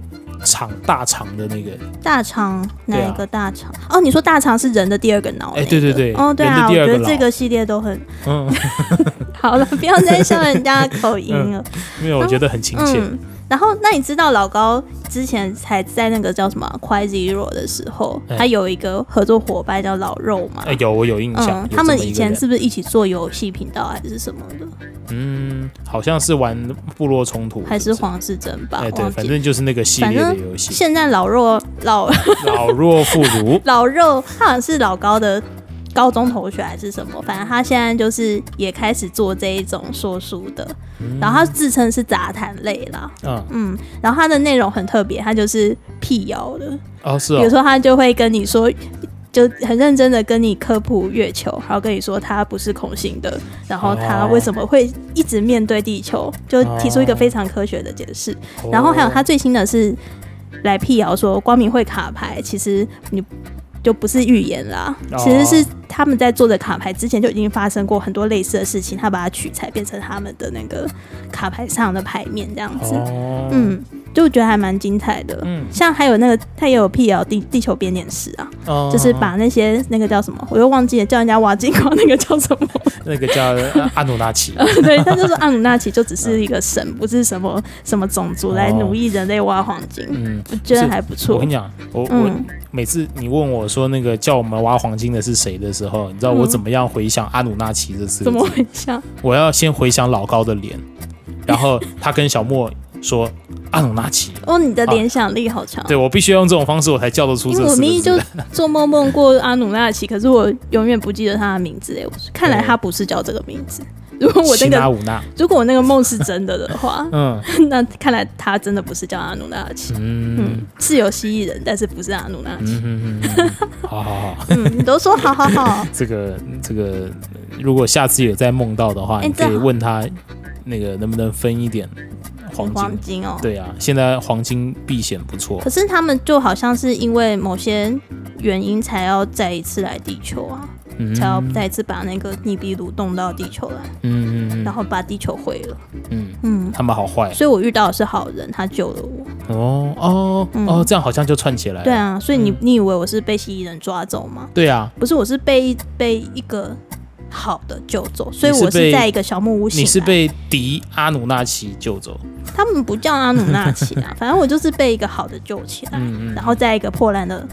S2: 厂大厂的那个
S4: 大肠哪
S2: 对啊
S4: 一个大肠？哦，你说大肠是人的第二个脑？
S2: 哎对对对
S4: 哦，对
S2: 人
S4: 啊，
S2: 的
S4: 我
S2: 第
S4: 觉
S2: 二个
S4: 得
S2: 脑
S4: 这个系列都很
S2: 嗯，
S4: 好了，不要再笑人家的口音 了。
S2: 因为我觉得很亲切。
S4: 嗯，然后那你知道老高之前才在那个叫什么《Quite Zero》的时候，
S2: 哎
S4: 他有一个合作伙伴叫老肉嘛？
S2: 哎，有我有印象
S4: 嗯，，
S2: 有
S4: 他
S2: 这
S4: 们
S2: 么
S4: 以
S2: 一个
S4: 前
S2: 人
S4: 是不是一起做游戏频道还是什么的？
S2: 嗯，好像是玩部落冲突，
S4: 还是
S2: 不
S4: 皇室争霸？
S2: 哎对，
S4: 忘
S2: 反
S4: 记了。
S2: 正就是那个系列的游戏，
S4: 现在老肉老。
S2: 老弱妇孺
S4: 老肉，他好像是老高的高中同学还是什么，反正他现在就是也开始做这一种说书的，然后他自称是杂谈类啦，
S2: 嗯，
S4: 嗯，然后他的内容很特别，他就是辟谣的，
S2: 哦是
S4: 比如
S2: 哦，
S4: 说他就会跟你说。就很认真的跟你科普月球，然后跟你说它不是空心的，然后它
S2: 哦
S4: 为什么会一直面对地球，就提出一个
S2: 哦
S4: 非常科学的解释。
S2: 哦
S4: 然后还有他最新的是来辟谣说光明会卡牌，其实你就不是预言啦，
S2: 哦
S4: 其实是他们在做的卡牌之前就已经发生过很多类似的事情，他把它取材变成他们的那个卡牌上的牌面这样子，
S2: 哦，
S4: 嗯，就觉得还蛮精彩的。
S2: 嗯
S4: 像还有那个，他也有辟谣地地球变脸史啊，
S2: 哦
S4: 就是把那些那个叫什么，我又忘记了，叫人家挖金矿那个叫 什么，
S2: 那个叫呃阿努纳 奇，
S4: 对，他就说啊阿努纳奇就只是一个神，不是什么什么种族来奴役人类挖黄金。
S2: 嗯，
S4: 我觉得还不
S2: 我
S4: 错
S2: 跟。你讲，我我
S4: 嗯，
S2: 每次你问我说那个叫我们挖黄金的是谁的时候，你知道我怎么样回想阿努纳奇这四
S4: 嗯 怎
S2: 个
S4: 么
S2: 字？
S4: 会像？
S2: 我要先回想老高的脸，然后他跟小莫说阿努纳奇。
S4: 哦，你的联想力好强。
S2: 对，我必须要用这种方式，我才叫得出
S4: 因
S2: 这
S4: 为我
S2: 四
S4: 明明
S2: 个
S4: 就
S2: 字。
S4: 做梦梦过阿努纳奇，可是我永远不记得他的名字哎。我看来他不是叫这个名字。如果我那
S2: 希纳
S4: 个
S2: 武纳，，
S4: 如果我那个梦是真的的话
S2: 嗯
S4: 那看来他真的不是叫阿努纳奇，
S2: 嗯
S4: 是有蜥蜴人，但是不是阿努纳奇。
S2: 嗯嗯嗯嗯，好好好，
S4: 嗯，你都说好好好，
S2: 这个这个，如果下次有再梦到的话，
S4: 哎
S2: 你可
S4: 这
S2: 以
S4: 好
S2: 问他那个能不能分一点 黄金
S4: 黄。金哦。
S2: 对啊，现在黄金避险不错
S4: 可。是他们就好像是因为某些原因才要再一次来地球啊，
S2: 嗯
S4: 才要再一次把那个尼比鲁弄到地球来，
S2: 嗯嗯
S4: 然后把地球毁了。
S2: 嗯嗯，
S4: 嗯，
S2: 他们好坏
S4: 所以我遇到的是好人，他救了我。
S2: 哦哦
S4: 嗯
S2: 哦，这样好像就串起来了。
S4: 对啊，所以
S2: 嗯
S4: 你、你以为我是被蜥蜴人抓走吗？
S2: 对啊，
S4: 不是，我是被被一个好的救走，所以
S2: 你是
S4: 我是
S2: 被
S4: 在一个小木屋醒
S2: 你是
S4: 来
S2: 被敌阿努纳奇救走。
S4: 他们不叫阿努纳奇 啊，反正我就是被一个好的救起来，
S2: 嗯嗯
S4: 然后在一个破烂的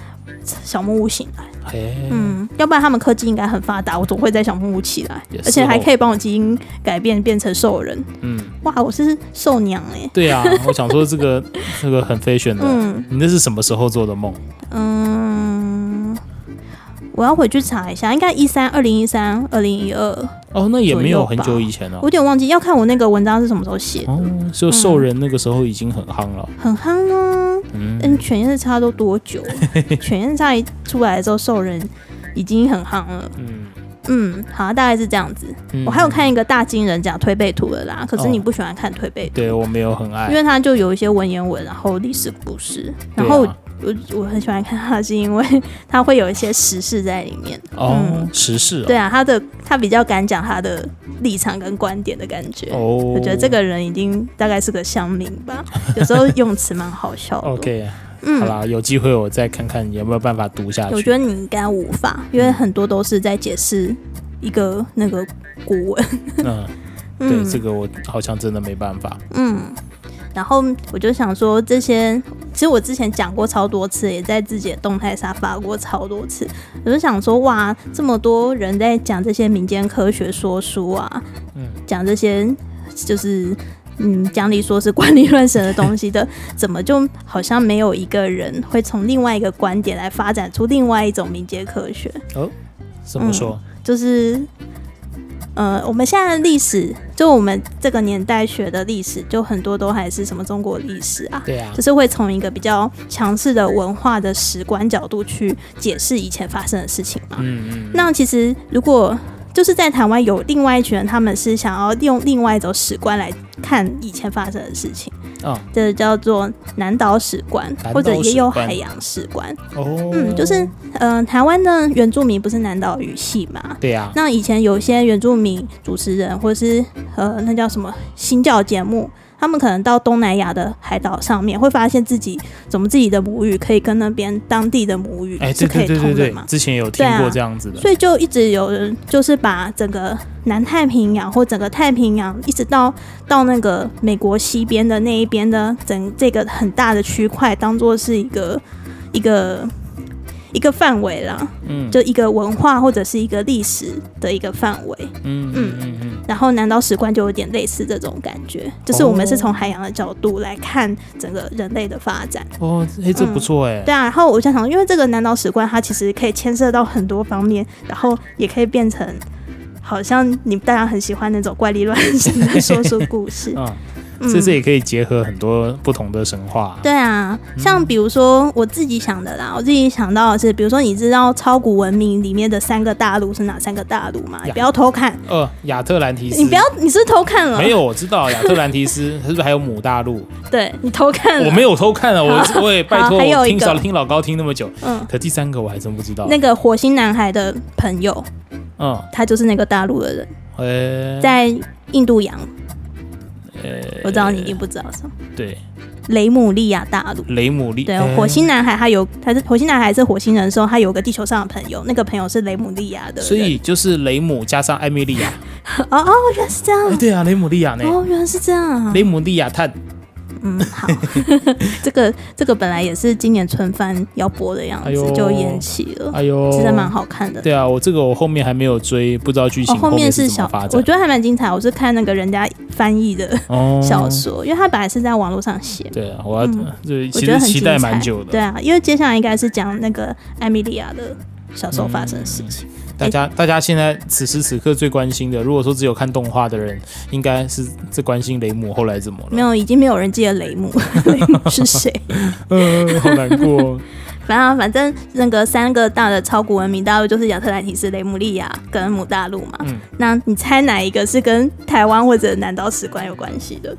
S4: 小木屋醒来。
S2: 嘿，
S4: 嗯，要不然他们科技应该很发达，我总会在小木屋起来
S2: 也，是
S4: 而且还
S2: 哦
S4: 可以帮我基因改变变成兽人。
S2: 嗯，
S4: 哇，我是兽娘哎、
S2: 对啊，我想说这个这个很 fashion 的。
S4: 嗯
S2: 你那是什么时候做的梦？
S4: 嗯，我要回去查一下，应该一三、二零一三、二零一二，
S2: 哦，那也没有很
S4: 左右
S2: 久
S4: 吧
S2: 以前了
S4: 我有。点忘记，要看我那个文章是什么时候写的，
S2: 哦，就兽人那个时候已经很夯了。
S4: 很憨啊。
S2: 嗯，
S4: 嗯，犬夜叉都多久了？ 犬夜叉一出来的时候，兽人已经很夯了。
S2: 嗯
S4: 嗯，好，大概是这样子。
S2: 嗯
S4: 我还有看一个大金人讲推背图的啦，可是
S2: 哦
S4: 你不喜欢看推背图，
S2: 对我没有很
S4: 因
S2: 爱。
S4: 为它就有一些文言文，然后历史故事，
S2: 对
S4: 然
S2: 啊
S4: 后我、我我很喜欢看它，是因为它会有一些时事在里面。
S2: 哦，时事
S4: 对啊，他的他比较敢讲他的立场跟观点的感觉。
S2: 哦。哦，
S4: 我觉得这个人已经大概是个乡民 吧，有时候用词蛮好笑的。
S2: OK，好
S4: 嗯，
S2: 啦，有机会我再看看有没有办法读下去。嗯
S4: 我觉得你应该无法，因为很多都是在解释一个那个古文。
S2: 嗯，对，
S4: 嗯
S2: 这个我好像真的没办法。
S4: 嗯，然后我就想说，这些其实我之前讲过超多次，也在自己的动态上发过超多次。我就想说，哇，这么多人在讲这些民间科学说书啊，
S2: 嗯
S4: 讲这些就是。嗯，讲理说是管理乱神的东西的， 怎么就好像没有一个人会从另外一个观点来发展出另外一种民间科学？
S2: 怎么说？
S4: 嗯就是，呃，我们现在的历史，就我们这个年代学的历史，就很多都还是什么中国历史啊，
S2: 对啊
S4: 就，是会从一个比较强势的文化的史观角度去解释以前发生的事情嘛。
S2: 嗯嗯，
S4: 那其实如果就是在台湾有另外一群人，他们是想要用另外一种史观来看以前发生的事情，
S2: 哦
S4: 这叫做南岛史观，
S2: 南岛
S4: 或者也有
S2: 史观
S4: 海洋史观。
S2: 哦，
S4: 嗯，就是嗯、呃台湾的原住民不是南岛语系嘛，
S2: 对啊，
S4: 那以前有一些原住民主持人，或是呃，那叫什么新教节目，他们可能到东南亚的海岛上面，会发现自己怎么自己的母语可以跟那边当地的母语
S2: 哎，
S4: 是
S2: 对
S4: 可
S2: 对
S4: 以
S2: 对对
S4: 通的
S2: 对
S4: 嘛，。
S2: 之前有听
S4: 对
S2: 过
S4: 啊
S2: 这样子的，
S4: 所以就一直有人就是把整个南太平洋或整个太平洋，一直到到那个美国西边的那一边的整这个很大的区块，当做是一个一个一个范围啦，
S2: 嗯
S4: 就一个文化或者是一个历史的一个范围。
S2: 嗯嗯嗯嗯，
S4: 然后南岛史观就有点类似这种感觉，就是我们是从海洋的角度来看整个人类的发展。
S2: 哦，哎，这不错哎，。
S4: 对啊，然后我就想，因为这个南岛史观它其实可以牵涉到很多方面，然后也可以变成好像你大家很喜欢那种怪力乱神的说书故事
S2: 嗯，
S4: 嗯
S2: 这这也可以结合很多不同的神话，
S4: 对啊，像比如说我自己想的啦，我自己想到的是，比如说你知道超古文明里面的三个大陆是哪三个大陆吗？你不要偷看，
S2: 呃，亚特兰提斯，
S4: 你不要，你是不是偷看 了？
S2: 没，有，我知道亚特兰提斯，是不是还有母大陆？
S4: 对你偷看了，
S2: 我没有偷看啊， 我我也拜托，
S4: 嗯好还有
S2: 我
S4: 一
S2: 听
S4: 个
S2: 少听老高听那么久，
S4: 嗯。
S2: 可第三个我还真不知道
S4: 那，个火星男孩的朋友，
S2: 嗯，
S4: 他就是那个大陆的人，
S2: 哎，
S4: 在印度洋。
S2: 呃
S4: 我知道你一定不知道什么，
S2: 对，
S4: 雷姆利亚大陆。
S2: 雷姆利，
S4: 对哦
S2: 哎，
S4: 火星男孩他有，他是火星男孩是火星人的时候，他有个地球上的朋友，那个朋友是雷姆利亚的人。
S2: 嗯所以就是雷姆加上艾米莉亚，
S4: 哦哦，原来是这样哦
S2: 哎，，对啊，雷姆利亚呢，
S4: 哦原来是这样，
S2: 雷姆利亚探，
S4: 嗯，好， 这个这个本来也是今年春番要播的样子，
S2: 哎呦
S4: 就延期了，
S2: 哎呦，
S4: 其实蛮好看的。
S2: 对啊，我这个我后面还没有追，不知道剧情
S4: 哦，后
S2: 面
S4: 是
S2: 怎
S4: 小
S2: 么发，展
S4: 我。觉得还蛮精彩。我是看那个人家翻译的
S2: 哦
S4: 小说，因为他本来是在网络上写，
S2: 对啊，我要
S4: 嗯
S2: 对，
S4: 我
S2: 其
S4: 觉得
S2: 实
S4: 很
S2: 期
S4: 精
S2: 待
S4: 彩。
S2: 蛮久
S4: 对
S2: 的。
S4: 啊，因为接下来应该是讲那个艾米莉亚的小时候发生的事情。
S2: 大家大家现在此时此刻最关心的，如果说只有看动画的人，应该是最关心雷姆后来怎么了。
S4: 没有，已经没有人记得雷姆， 雷姆是谁？
S2: 嗯，好难过。
S4: 反正反正那个三个大的超古文明大陆就是亚特兰提斯、雷姆利亚跟姆大陆嘛。
S2: 嗯
S4: 那你猜哪一个是跟台湾或者南岛史观有关系的？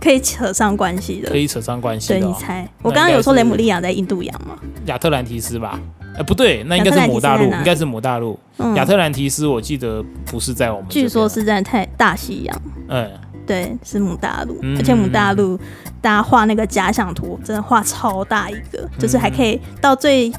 S4: 可以扯上关系的
S2: 可。以扯上关系
S4: 对，
S2: 的
S4: 你
S2: 哦、
S4: 猜。我刚刚有说雷姆利亚在印度洋嘛？
S2: 亚特兰提斯吧？哎、不对，那应该是
S4: 亚特兰提斯
S2: 母大陆，
S4: 在哪
S2: 应该是母大陆。
S4: 嗯
S2: 亚、特兰提斯我记得不是在我们这边
S4: 据说，是在太大西洋。
S2: 嗯，
S4: 对，是母大陆，
S2: 嗯
S4: 而且母大陆大家画那个假想图，真的画超大一个，就是还可以到最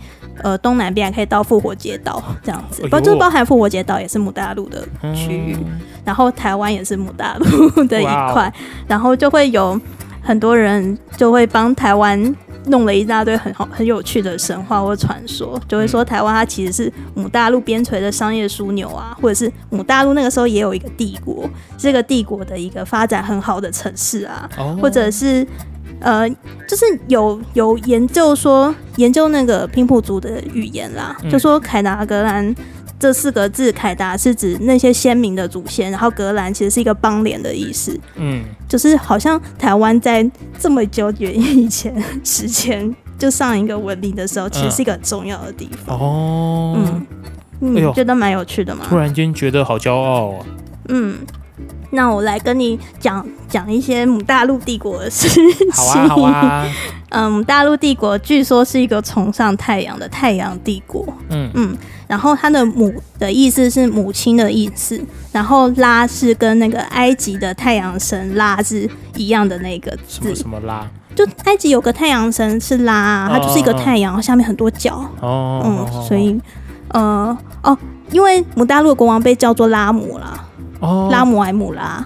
S4: 呃东南边，还可以到复活节岛这样子
S2: 哎，呦
S4: 包、就是包含复活节岛也是母大陆的
S2: 嗯
S4: 区域，然后台湾也是母大陆的一
S2: 哇哦
S4: 块，然后就会有很多人就会帮台湾。弄了一大堆很好很有趣的神话或传说，就会说台湾它其实是母大陆边陲的商业枢纽啊，或者是母大陆那个时候也有一个帝国，这个帝国的一个发展很好的城市啊，
S2: 哦，
S4: 或者是呃，就是有有研究说研究那个拼布族的语言啦，
S2: 嗯
S4: 就说凯达格兰。这四个字“凯达”是指那些先民的祖先，然后“格兰”其实是一个邦联的意思，
S2: 嗯，
S4: 就是好像台湾在这么久远以前 史前就上一个文明的时候，其实是一个很重要的地方。
S2: 哦，
S4: 嗯，
S2: 哎呦
S4: 嗯，觉得蛮有趣的嘛。
S2: 突然间觉得好骄傲啊！
S4: 嗯，那我来跟你讲讲一些母大陆帝国的事情。
S2: 好啊，好。 啊，
S4: 嗯，母大陆帝国据说是一个崇尚太阳的太阳帝国。
S2: 嗯
S4: 嗯，然后它的母的意思是母亲的意思，然后拉是跟那个埃及的太阳神拉是一样的那个
S2: 什么
S4: 字。
S2: 什么拉
S4: 就埃及有个太阳神是拉啊，它就是一个太阳，下面很多角。
S2: 哦，
S4: 嗯，所以呃哦，因为母大陆的国王被叫做拉姆啦，
S2: 哦，
S4: 拉姆还姆拉。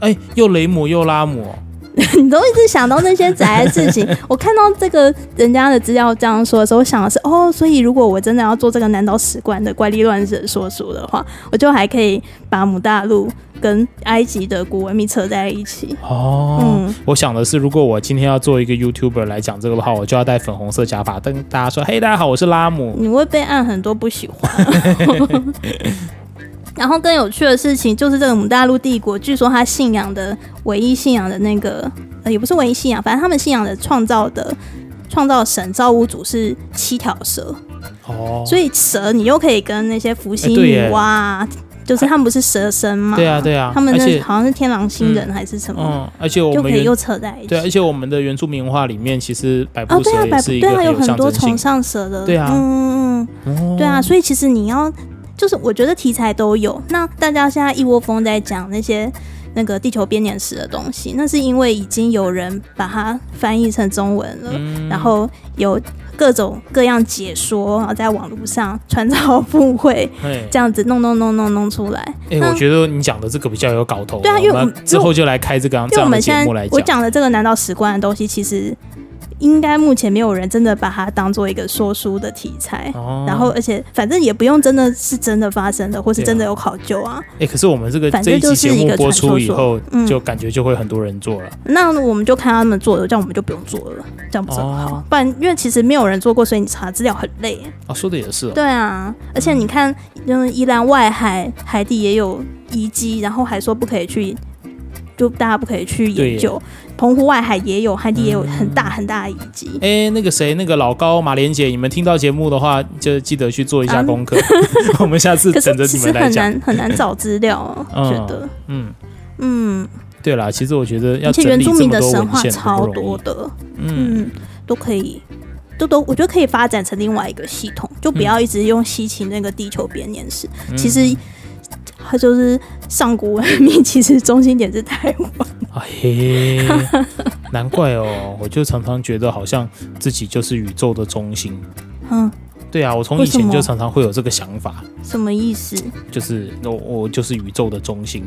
S2: 哎、又雷姆又拉姆哦，
S4: 你都一直想到那些宅的事情。我看到这个人家的资料这样说的时候，我想的是，哦，所以如果我真的要做这个南岛史观的怪力乱神说书的话，我就还可以把母大陆跟埃及的古文明扯在一起。
S2: 哦，
S4: 嗯
S2: 我想的是，如果我今天要做一个 YouTuber 来讲这个的话，我就要戴粉红色假发，跟大家说：“嘿，大家好，我是拉姆。
S4: 你会被按很多不喜欢。然后更有趣的事情就是，这个母大陆帝国，据说他信仰的唯一信仰的那个，呃，也不是唯一信仰，反正他们信仰的创造的创造神造物主是七条蛇。”
S2: 哦，哎
S4: 所以蛇你又可以跟那些伏羲女娲啊，就是他们不是蛇身吗？
S2: 对啊，对啊，
S4: 他们
S2: 而
S4: 那
S2: 且
S4: 好像是天狼星人还是什么，
S2: 嗯，而且我
S4: 就可
S2: 们
S4: 以
S2: 原
S4: 又扯在一
S2: 对啊，而
S4: 起。
S2: 且我们的原住民文化里面，其实百
S4: 哦
S2: 步，
S4: 对啊
S2: 蛇，也
S4: 百
S2: 是一
S4: 对
S2: 个
S4: 啊，
S2: 很
S4: 有很
S2: 象
S4: 多
S2: 征性
S4: 崇。尚蛇的，
S2: 对啊
S4: 嗯嗯
S2: 哦
S4: 嗯，对啊，所以其实你要就是我觉得题材都有。那大家现在一窝蜂在讲那些那个地球编年史的东西，那是因为已经有人把它翻译成中文了，
S2: 嗯
S4: 然后有各种各样解说，然后在网络上传 造附会，
S2: 嘿
S4: 这样子弄弄弄弄弄出来。
S2: 哎、
S4: 那
S2: 我觉得你讲的这个比较有搞头。哦
S4: 对啊因为
S2: 我
S4: 我
S2: 们之后就来开这个
S4: 因
S2: 这
S4: 为我
S2: 样的
S4: 们现
S2: 节目来
S4: 在我讲的这个南岛史观的东西，其实应该目前没有人真的把它当做一个说书的题材。
S2: 哦，
S4: 然后，而且反正也不用真的是真的发生的，或是
S2: 对啊
S4: 真的有考究啊。
S2: 哎、可是我们这个
S4: 反
S2: 这
S4: 正
S2: 集节
S4: 就是一
S2: 目
S4: 个
S2: 播
S4: 传说
S2: 出以
S4: 说
S2: 后，
S4: 嗯
S2: 就感觉就会很多人做了。
S4: 那我们就看他们做的，这样我们就不用做了，这样不是很好？
S2: 哦
S4: 不然，因为其实没有人做过，所以你查资料很累。
S2: 啊，说的也是、哦。
S4: 对啊，而且你看，嗯，宜兰外海海底也有遗迹，然后还说不可以去，就大家不可以去
S2: 对
S4: 研
S2: 耶
S4: 究。澎湖外海也有，海底也有很大很大的遗迹。
S2: 哎，那个谁，那个老高、马莲姐，你们听到节目的话，就记得去做一下
S4: 嗯
S2: 功课。 我们下次
S4: 可
S2: 等着
S4: 是
S2: 你
S4: 其
S2: 们
S4: 实
S2: 来
S4: 很
S2: 讲。
S4: 难很难找资料、 哦，
S2: 嗯
S4: 觉得，
S2: 嗯，
S4: 嗯，
S2: 对啦，其实我觉得要
S4: 而且
S2: 整
S4: 原
S2: 理
S4: 住
S2: 这
S4: 民
S2: 么
S4: 的
S2: 多
S4: 神
S2: 文
S4: 话
S2: 献
S4: 超
S2: 很不
S4: 多
S2: 容易。
S4: 的，
S2: 嗯，
S4: 嗯，都可以，都都，我觉得可以发展成另外一个系统，就不要一直用西秦那个地球编年史，其实。它就是上古文明， 其实中心点是台湾。
S2: 啊嘿， 难怪哦，我就常常觉得好像自己就是宇宙的中心。
S4: 嗯，
S2: 对啊，我从以
S4: 为什
S2: 前就
S4: 么
S2: 常常会有这个想法，
S4: 什么意思？
S2: 就是我我就是宇宙的中心。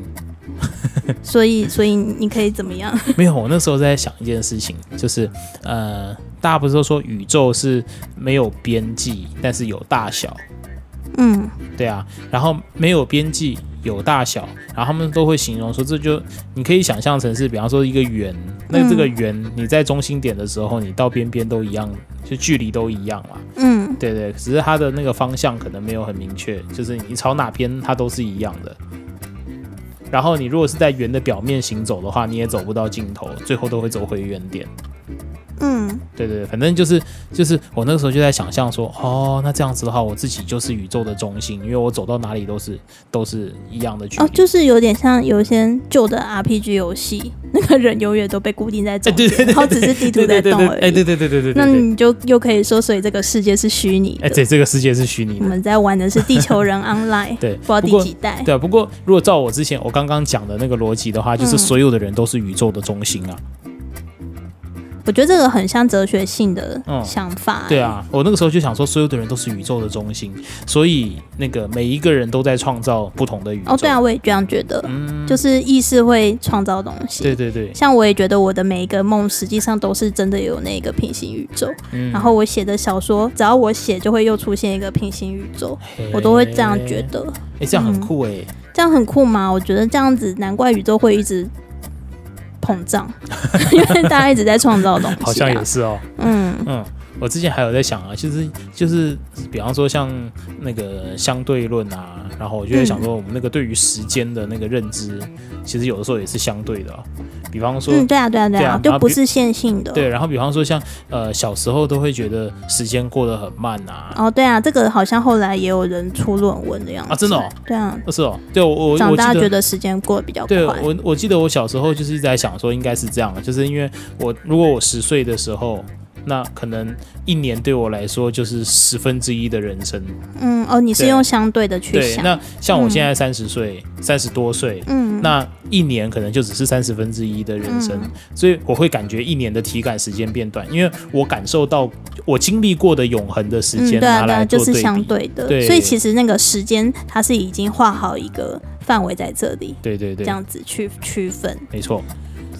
S4: 所以所以你可以怎么 样？
S2: 没有，我那时候在想一件事情，就是呃，大家不是都说宇宙是没有边际，但是有大小，
S4: 嗯，
S2: 对啊，然后没有边际，有大小，然后他们都会形容说，这就你可以想象成是，比方说一个圆，那这个圆你在中心点的时候，你到边边都一样，就距离都一样嘛，
S4: 嗯，
S2: 对对，只是它的那个方向可能没有很明确，就是你朝哪边它都是一样的。然后你如果是在圆的表面行走的话，你也走不到尽头，最后都会走回原点。
S4: 嗯，
S2: 对对，对反正就是就是我那个时候就在想象说，哦，那这样子的话，我自己就是宇宙的中心，因为我走到哪里都是都是一样的距离。
S4: 哦， 就是有点像有一些旧的 RPG 游戏，那个人永远都被固定在中间，然后只是地图
S2: 哎对对
S4: 在
S2: 对
S4: 动
S2: 对，
S4: 而已。
S2: 哎，对对对对对对
S4: 那
S2: 对，
S4: 你就又可以说，所以这个世界是虚拟的。
S2: 哎，对，这个世界是虚拟
S4: 我
S2: 的。
S4: 们在玩的是地 球人 Online，
S2: 对
S4: 不知道
S2: 不
S4: 第
S2: 过
S4: 几代。
S2: 对啊，不过如果照我之前我刚刚讲的那个逻辑的话，就是
S4: 嗯
S2: 所有的人都是宇宙的中心啊。
S4: 我觉得这个很像哲学性的
S2: 嗯
S4: 想法、
S2: 对，啊，我那个时候就想说，所有的人都是宇宙的中心，所以那个每一个人都在创造不同的宇宙。
S4: 哦，对啊，，我也这样觉得，
S2: 嗯，
S4: 就是意识会创造东西。
S2: 对对对，
S4: 像我也觉得我的每一个梦，实际上都是真的有那个平行宇宙。
S2: 嗯
S4: 然后我写的小说，只要我写，就会又出现一个平行宇宙，我都会这样觉。得。
S2: 哎、这样很
S4: 嗯
S2: 酷哎、
S4: 这样很酷吗？我觉得这样子，难怪宇宙会一直膨胀， 因为大家一直在创造东西、啊。
S2: 好像也是哦。
S4: 嗯
S2: 嗯，我之前还有在想啊，就是就是，比方说像那个相对论啊，然后我就在想说，我们那个对于时间的那个认知，其实有的时候也是相对的啊、比方说，
S4: 嗯，对啊对啊对
S2: 对啊
S4: 啊，
S2: 然
S4: 就
S2: 后
S4: 不
S2: 比
S4: 是线性的。
S2: 对，然后比方说像呃小时候都会觉得时间过得很慢啊，
S4: 哦，对啊，这个好像后来也有人出论文的样子
S2: 啊真的哦
S4: 对啊，
S2: 那是哦，对我我
S4: 长
S2: 我记
S4: 大
S2: 得
S4: 觉得时间过得比较快
S2: 对。我，我记得我小时候就是一直在想说，应该是这样，就是因为我如果我十岁的时候，那可能一年对我来说就是十分之一的人生。
S4: 嗯，哦，你是
S2: 对
S4: 用相对的去
S2: 对，
S4: 想，
S2: 那像我现在三十岁，三十、多岁，
S4: 嗯，
S2: 那一年可能就只是三十分之一的人生，所以我会感觉一年的体感时间变短，因为我感受到我经历过的永恒的时
S4: 嗯，
S2: 间
S4: 对啊
S2: 拿
S4: 对啊，
S2: 来
S4: 就
S2: 做
S4: 是
S2: 对
S4: 相
S2: 比。
S4: 对的，
S2: 对
S4: 所以其实那个时间它是已经画好一个范围在这里，
S2: 对对
S4: 这
S2: 对，
S4: 样子去区分，
S2: 没错。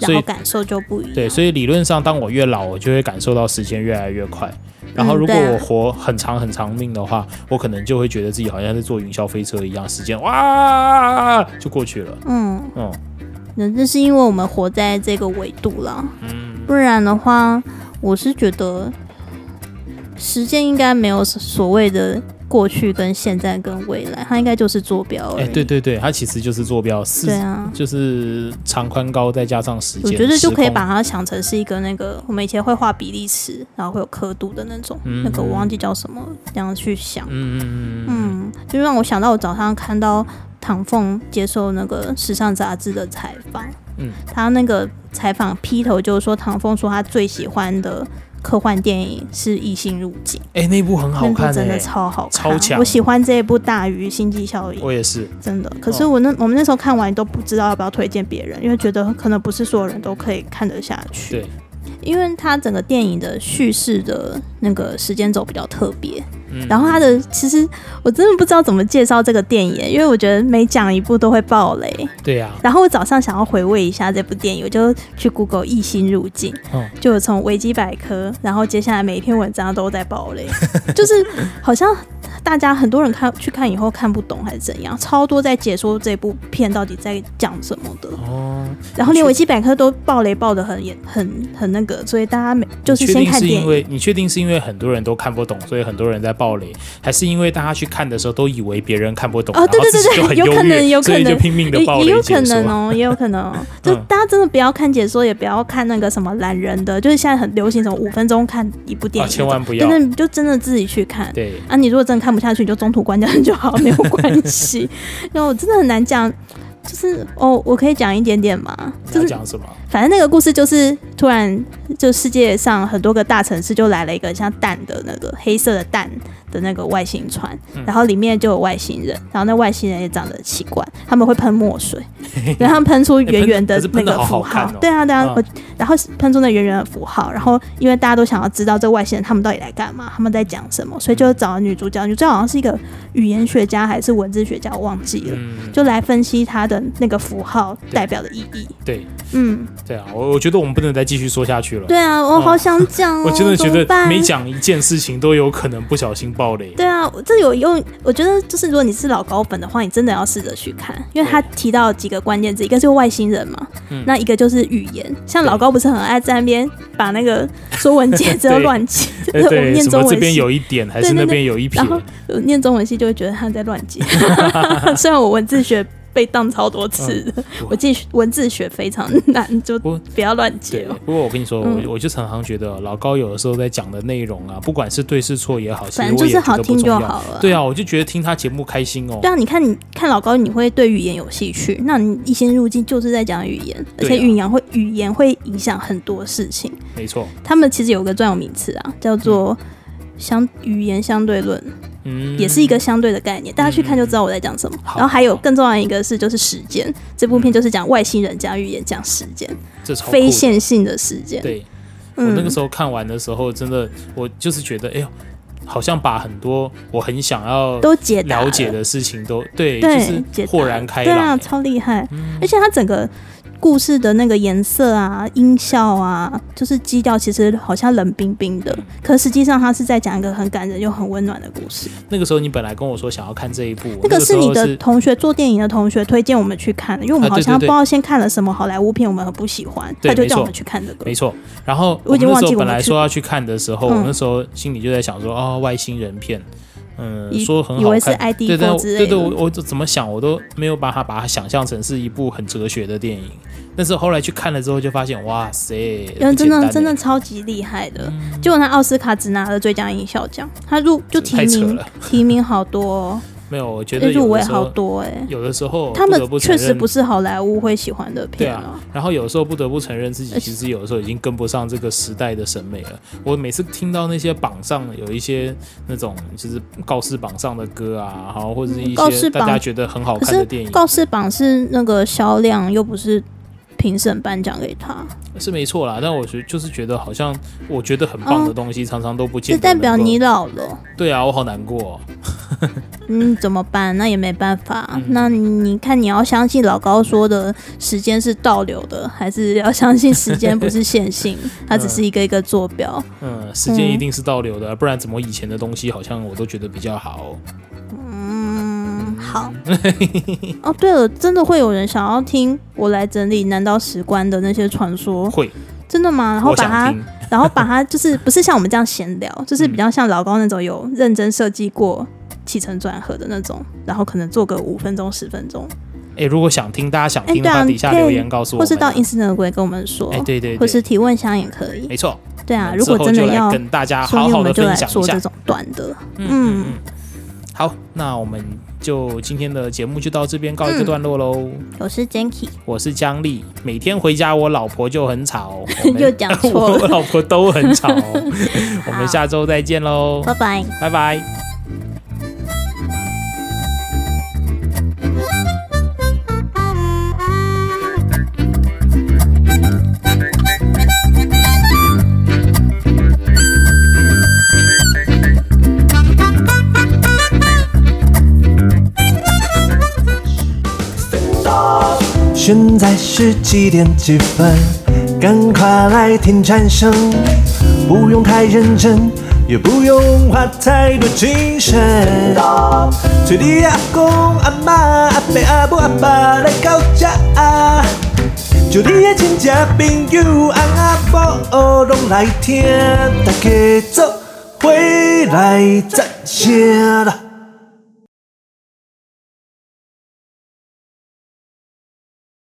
S2: 所
S4: 然
S2: 以
S4: 后感受就不一样。
S2: 对，所以理论上，当我越老，我就会感受到时间越来越快。然后，
S4: 嗯
S2: 如果
S4: 对啊
S2: 我活很长很长命的话，我可能就会觉得自己好像在坐云霄飞车一样，时间哇就过去了。
S4: 嗯，
S2: 嗯，
S4: 那这是因为我们活在这个维度了，
S2: 嗯
S4: 不然的话，我是觉得时间应该没有所谓的过去、跟现在、跟未来，它应该就是坐标而
S2: 哎，
S4: 已。
S2: 对对对，它其实就是坐标四
S4: 对，啊，
S2: 就是长宽高再加上时
S4: 我
S2: 间，
S4: 觉得就可以
S2: 时空
S4: 把它想成是一个那个我们以前会画比例尺，然后会有刻度的那种，那个我忘记叫什么，这样去想。
S2: 嗯嗯嗯嗯
S4: 嗯，就让我想到我早上看到唐凤接受那个时尚杂志的采访，
S2: 嗯，
S4: 他那个采访劈头就是说，唐凤说他最喜欢的科幻电影是《异星入境》，
S2: 哎，那部很好
S4: 那部
S2: 看
S4: 真的
S2: 哎，
S4: 超好看，
S2: 超强
S4: 我喜欢这一部《大鱼星际效应
S2: 我》，哦也是，
S4: 真的。可是我那、我们那时候看完都不知道要不要推荐别人，因为觉得可能不是所有人都可以看得下去。
S2: 对，
S4: 因为它整个电影的叙事的那个时间轴比较特别，
S2: 嗯
S4: 然后它的其实我真的不知道怎么介绍这个电影，因为我觉得每讲一部都会爆雷。
S2: 对啊呀，
S4: 然后我早上想要回味一下这部电影，我就去 Google 一心入境，
S2: 嗯
S4: 就有从维基百科，然后接下来每一篇文章都在爆雷， 就是好像大家很多人看去看以后看不懂还是怎样，超多在解说这部片到底在讲什么的。
S2: 哦，
S4: 然后连维基百科都爆雷爆的很严很很那个，所以大家每就是
S2: 你确
S4: 先
S2: 定
S4: 看
S2: 是
S4: 电
S2: 因
S4: 影。
S2: 为你确定是因为很多人都看不懂，所以很多人在暴雷，还是因为大家去看的时候都以为别人看不懂，
S4: 哦
S2: 然后
S4: 对对
S2: 自己
S4: 对
S2: 就
S4: 对
S2: 很
S4: 有
S2: 优
S4: 可能
S2: 越
S4: 有
S2: 所以就
S4: 可能
S2: 拼命的
S4: 也
S2: 暴
S4: 也有
S2: 雷
S4: 可
S2: 解
S4: 能
S2: 说。啊
S4: 哦，也有可能哦，就
S2: 嗯
S4: 大家真的不要看解说，也不要看那个什么懒人的，就是现在很流行什么五分钟看一部电
S2: 啊，
S4: 影那
S2: 千
S4: 种，
S2: 万不要
S4: 真的你就真的自己去看。
S2: 对，
S4: 啊，你如果真的看不下去，你就中途关掉就好，没有关 系。因为我真的很难讲，就是哦，我可以讲一点点嘛，
S2: 你
S4: 就
S2: 要
S4: 是
S2: 讲什么？
S4: 反正那个故事就是突然就世界上很多个大城市就来了一个很像蛋的那个黑色的蛋的那个外星船，
S2: 嗯
S4: 然后里面就有外星人，然后那外星人也长得很奇怪，他们会喷墨水， 然后他们喷出圆圆的
S2: 欸喷可
S4: 那
S2: 是喷得
S4: 个
S2: 好好
S4: 符号，
S2: 看哦
S4: 对啊对啊，
S2: 嗯
S4: 我然后喷出那圆圆的符号，然后因为大家都想要知道这外星人他们到底来干嘛，他们在讲什么，所以就找了女主角，女主角好像是一个语言学家还是文字学家，我忘记了，
S2: 嗯，
S4: 就来分析它的那个符号代表的意义。
S2: 对
S4: 嗯，
S2: 对啊，我我觉得我们不能再继续说下去了。
S4: 对啊，我好想讲、哦，
S2: 我真的觉
S4: 怎么
S2: 得
S4: 办
S2: 每。讲一件事情都有可能不小心爆雷。
S4: 对啊，我这有用。我觉得就是，如果你是老高粉的话，你真的要试着去看，因为他提到几个关键字，一个是外星人嘛，
S2: 嗯
S4: 那一个就是语言。像老高不是很爱在那边把那个说文解字
S2: 对
S4: 乱解，
S2: 哎，
S4: 我 们
S2: 对，
S4: 念
S2: 什
S4: 中
S2: 么这
S4: 文
S2: 边
S4: 系，
S2: 有一点，还
S4: 对
S2: 是
S4: 那
S2: 那
S4: 那
S2: 边有一撇
S4: 然？后呃念中文系就会觉得他在乱解。 虽然我文字学被当超多次 的， 我记文字学非常难，就
S2: 嗯我
S4: 不要乱解
S2: 对
S4: 哦。，
S2: 不过我跟你说，
S4: 嗯
S2: 我我就常常觉得老高有的时候在讲的内容啊，不管是对是错也好，其
S4: 反
S2: 实
S4: 正
S2: 我
S4: 就
S2: 也
S4: 是
S2: 觉
S4: 好
S2: 得不
S4: 听
S2: 重
S4: 就
S2: 要。
S4: 好了。
S2: 对啊，我就觉得听他节目开心哦
S4: 对。啊，你看你看老高，你会对语言有兴趣，那你一先入境就是在讲语言，而
S2: 对啊
S4: 且语言会语言会影响很多事情。
S2: 没错，
S4: 他们其实有个专有名词啊，叫做相语言相对论，
S2: 嗯，
S4: 也是一个相对的概念，大家去看就知道我在讲什么。
S2: 好
S4: 然后还有更重要的一个是就是时间，这部片就是讲外星人讲语言讲时间，
S2: 这超酷的
S4: 非线性的时间。
S2: 对。我那
S4: 嗯
S2: 个，时候看完的时候，真的我就是觉得，哎呦，好像把很多我很想要
S4: 都解答
S2: 了解
S4: 了
S2: 的事情都对，
S4: 对，
S2: 就是
S4: 解
S2: 豁
S4: 答
S2: 然开
S4: 对啊，
S2: 朗。嗯
S4: 超厉害！而且它整个故事的那个颜色啊、音效啊，就是基调其实好像冷冰冰
S2: 嗯
S4: 的，可实际上它是在讲一个很感人又很温暖的故事。
S2: 那个时候你本来跟我说想要看这一部，
S4: 那
S2: 个
S4: 个
S2: 时
S4: 是
S2: 候
S4: 你的同学做电影的同学推荐我们去看的，因为我们
S2: 啊
S4: 好
S2: 对
S4: 像不
S2: 对对
S4: 知道先看了什么好莱坞片，我们很不喜欢，
S2: 对
S4: 他就
S2: 没
S4: 叫
S2: 错
S4: 我们去看这个
S2: 没。错。然后
S4: 我已经
S2: 们那时
S4: 忘
S2: 候
S4: 记我
S2: 本
S4: 们
S2: 来
S4: 去
S2: 说要去看的时候，
S4: 嗯
S2: 我那时候心里就在想说，哦，外星人片，嗯，
S4: 以
S2: 说很
S4: 以
S2: 好
S4: 为是
S2: 看。
S4: ID
S2: 对对
S4: f 之类
S2: 对对，我
S4: 的，
S2: 我怎么想我都没有把它把它想象成是一部很哲学的电影，但是后来去看了之后就发现，哇塞，
S4: 有人
S2: 不简
S4: 嗯真
S2: 单嗯
S4: 的
S2: 欸
S4: 真的超级厉害的，结果他奥斯卡只拿了最佳音效奖，他入就提
S2: 太扯
S4: 名
S2: 了
S4: 提名好多、哦，
S2: 没有，我觉得
S4: 入
S2: 有
S4: 围
S2: 的时
S4: 好
S2: 候
S4: 多哎、
S2: 有的时候
S4: 他
S2: 哦不
S4: 们
S2: 得不承
S4: 确
S2: 认
S4: 实不是好莱坞会喜欢的
S2: 对
S4: 片哎
S2: 啊，然后有时候不得不承认自己其实有的时候已经跟不上这个时代的审美了。我每次听到那些榜上有一些那种就是告示榜上的歌啊，然后或者是一
S4: 嗯告示
S2: 些
S4: 榜
S2: 大家觉得很好
S4: 可
S2: 看的
S4: 是
S2: 电影，
S4: 告示榜是那个销量，又不是评审颁奖给他，
S2: 是没错啦。但我觉就是觉得好像我觉得很棒的东西，常常都不见
S4: 哦这
S2: 得
S4: 代表
S2: 能够
S4: 你老了。
S2: 对啊，我好难过哦、
S4: 嗯，怎么办？那也没办法。
S2: 嗯
S4: 那你看，你要相信老高说的时间是倒流的，还是要相信时间不是 线性，它只是一个一个坐标。
S2: 嗯，时间一定是倒流的，不然怎么以前的东西好像我都觉得比较好。
S4: 嗯， 好。哦，对了，真的会有人想要听我来整理南岛史官的那些传说，
S2: 会，
S4: 真的哦吗？然后
S2: 我
S4: 把它
S2: 想听。
S4: 然后把它就是不是像我们这样闲聊，就是
S2: 嗯
S4: 比较像老高那种有认真设计过起承转合的那种，然后可能做个五分钟十分钟，
S2: 哎、如果想听，大家想
S4: 哎
S2: 听的
S4: 对
S2: 话，
S4: 啊
S2: 底下
S4: 可以
S2: 留言告诉我们啊。
S4: 或是到 Instagram 跟我们说，
S2: 哎、对对对，
S4: 或是提问箱也可以
S2: 没。错。
S4: 对啊，
S2: 那
S4: 如果
S2: 之后
S4: 真
S2: 就
S4: 的
S2: 来
S4: 要
S2: 跟大家
S4: 说
S2: 好
S4: 明，我
S2: 好的
S4: 们就
S2: 分
S4: 来
S2: 享
S4: 说
S2: 一
S4: 这
S2: 下。
S4: 种短的。
S2: 嗯
S4: 嗯，
S2: 好，那我们就今天的节目就到这边告一个
S4: 嗯
S2: 段落喽。
S4: 我是 Janky，
S2: 我是姜丽，每天回家我老婆就很吵，我们
S4: 又讲错了
S2: 我老婆都很 吵。我们下周再见喽，
S4: 拜拜。
S2: 拜拜。
S3: 现在是几点几分？赶快来听蝉声，不用太认真，也不用花太多精神。催你阿啊公阿妈阿伯阿母阿爸来到家，就你的亲戚朋友阿阿婆拢来听，大家做伙来赞声啦！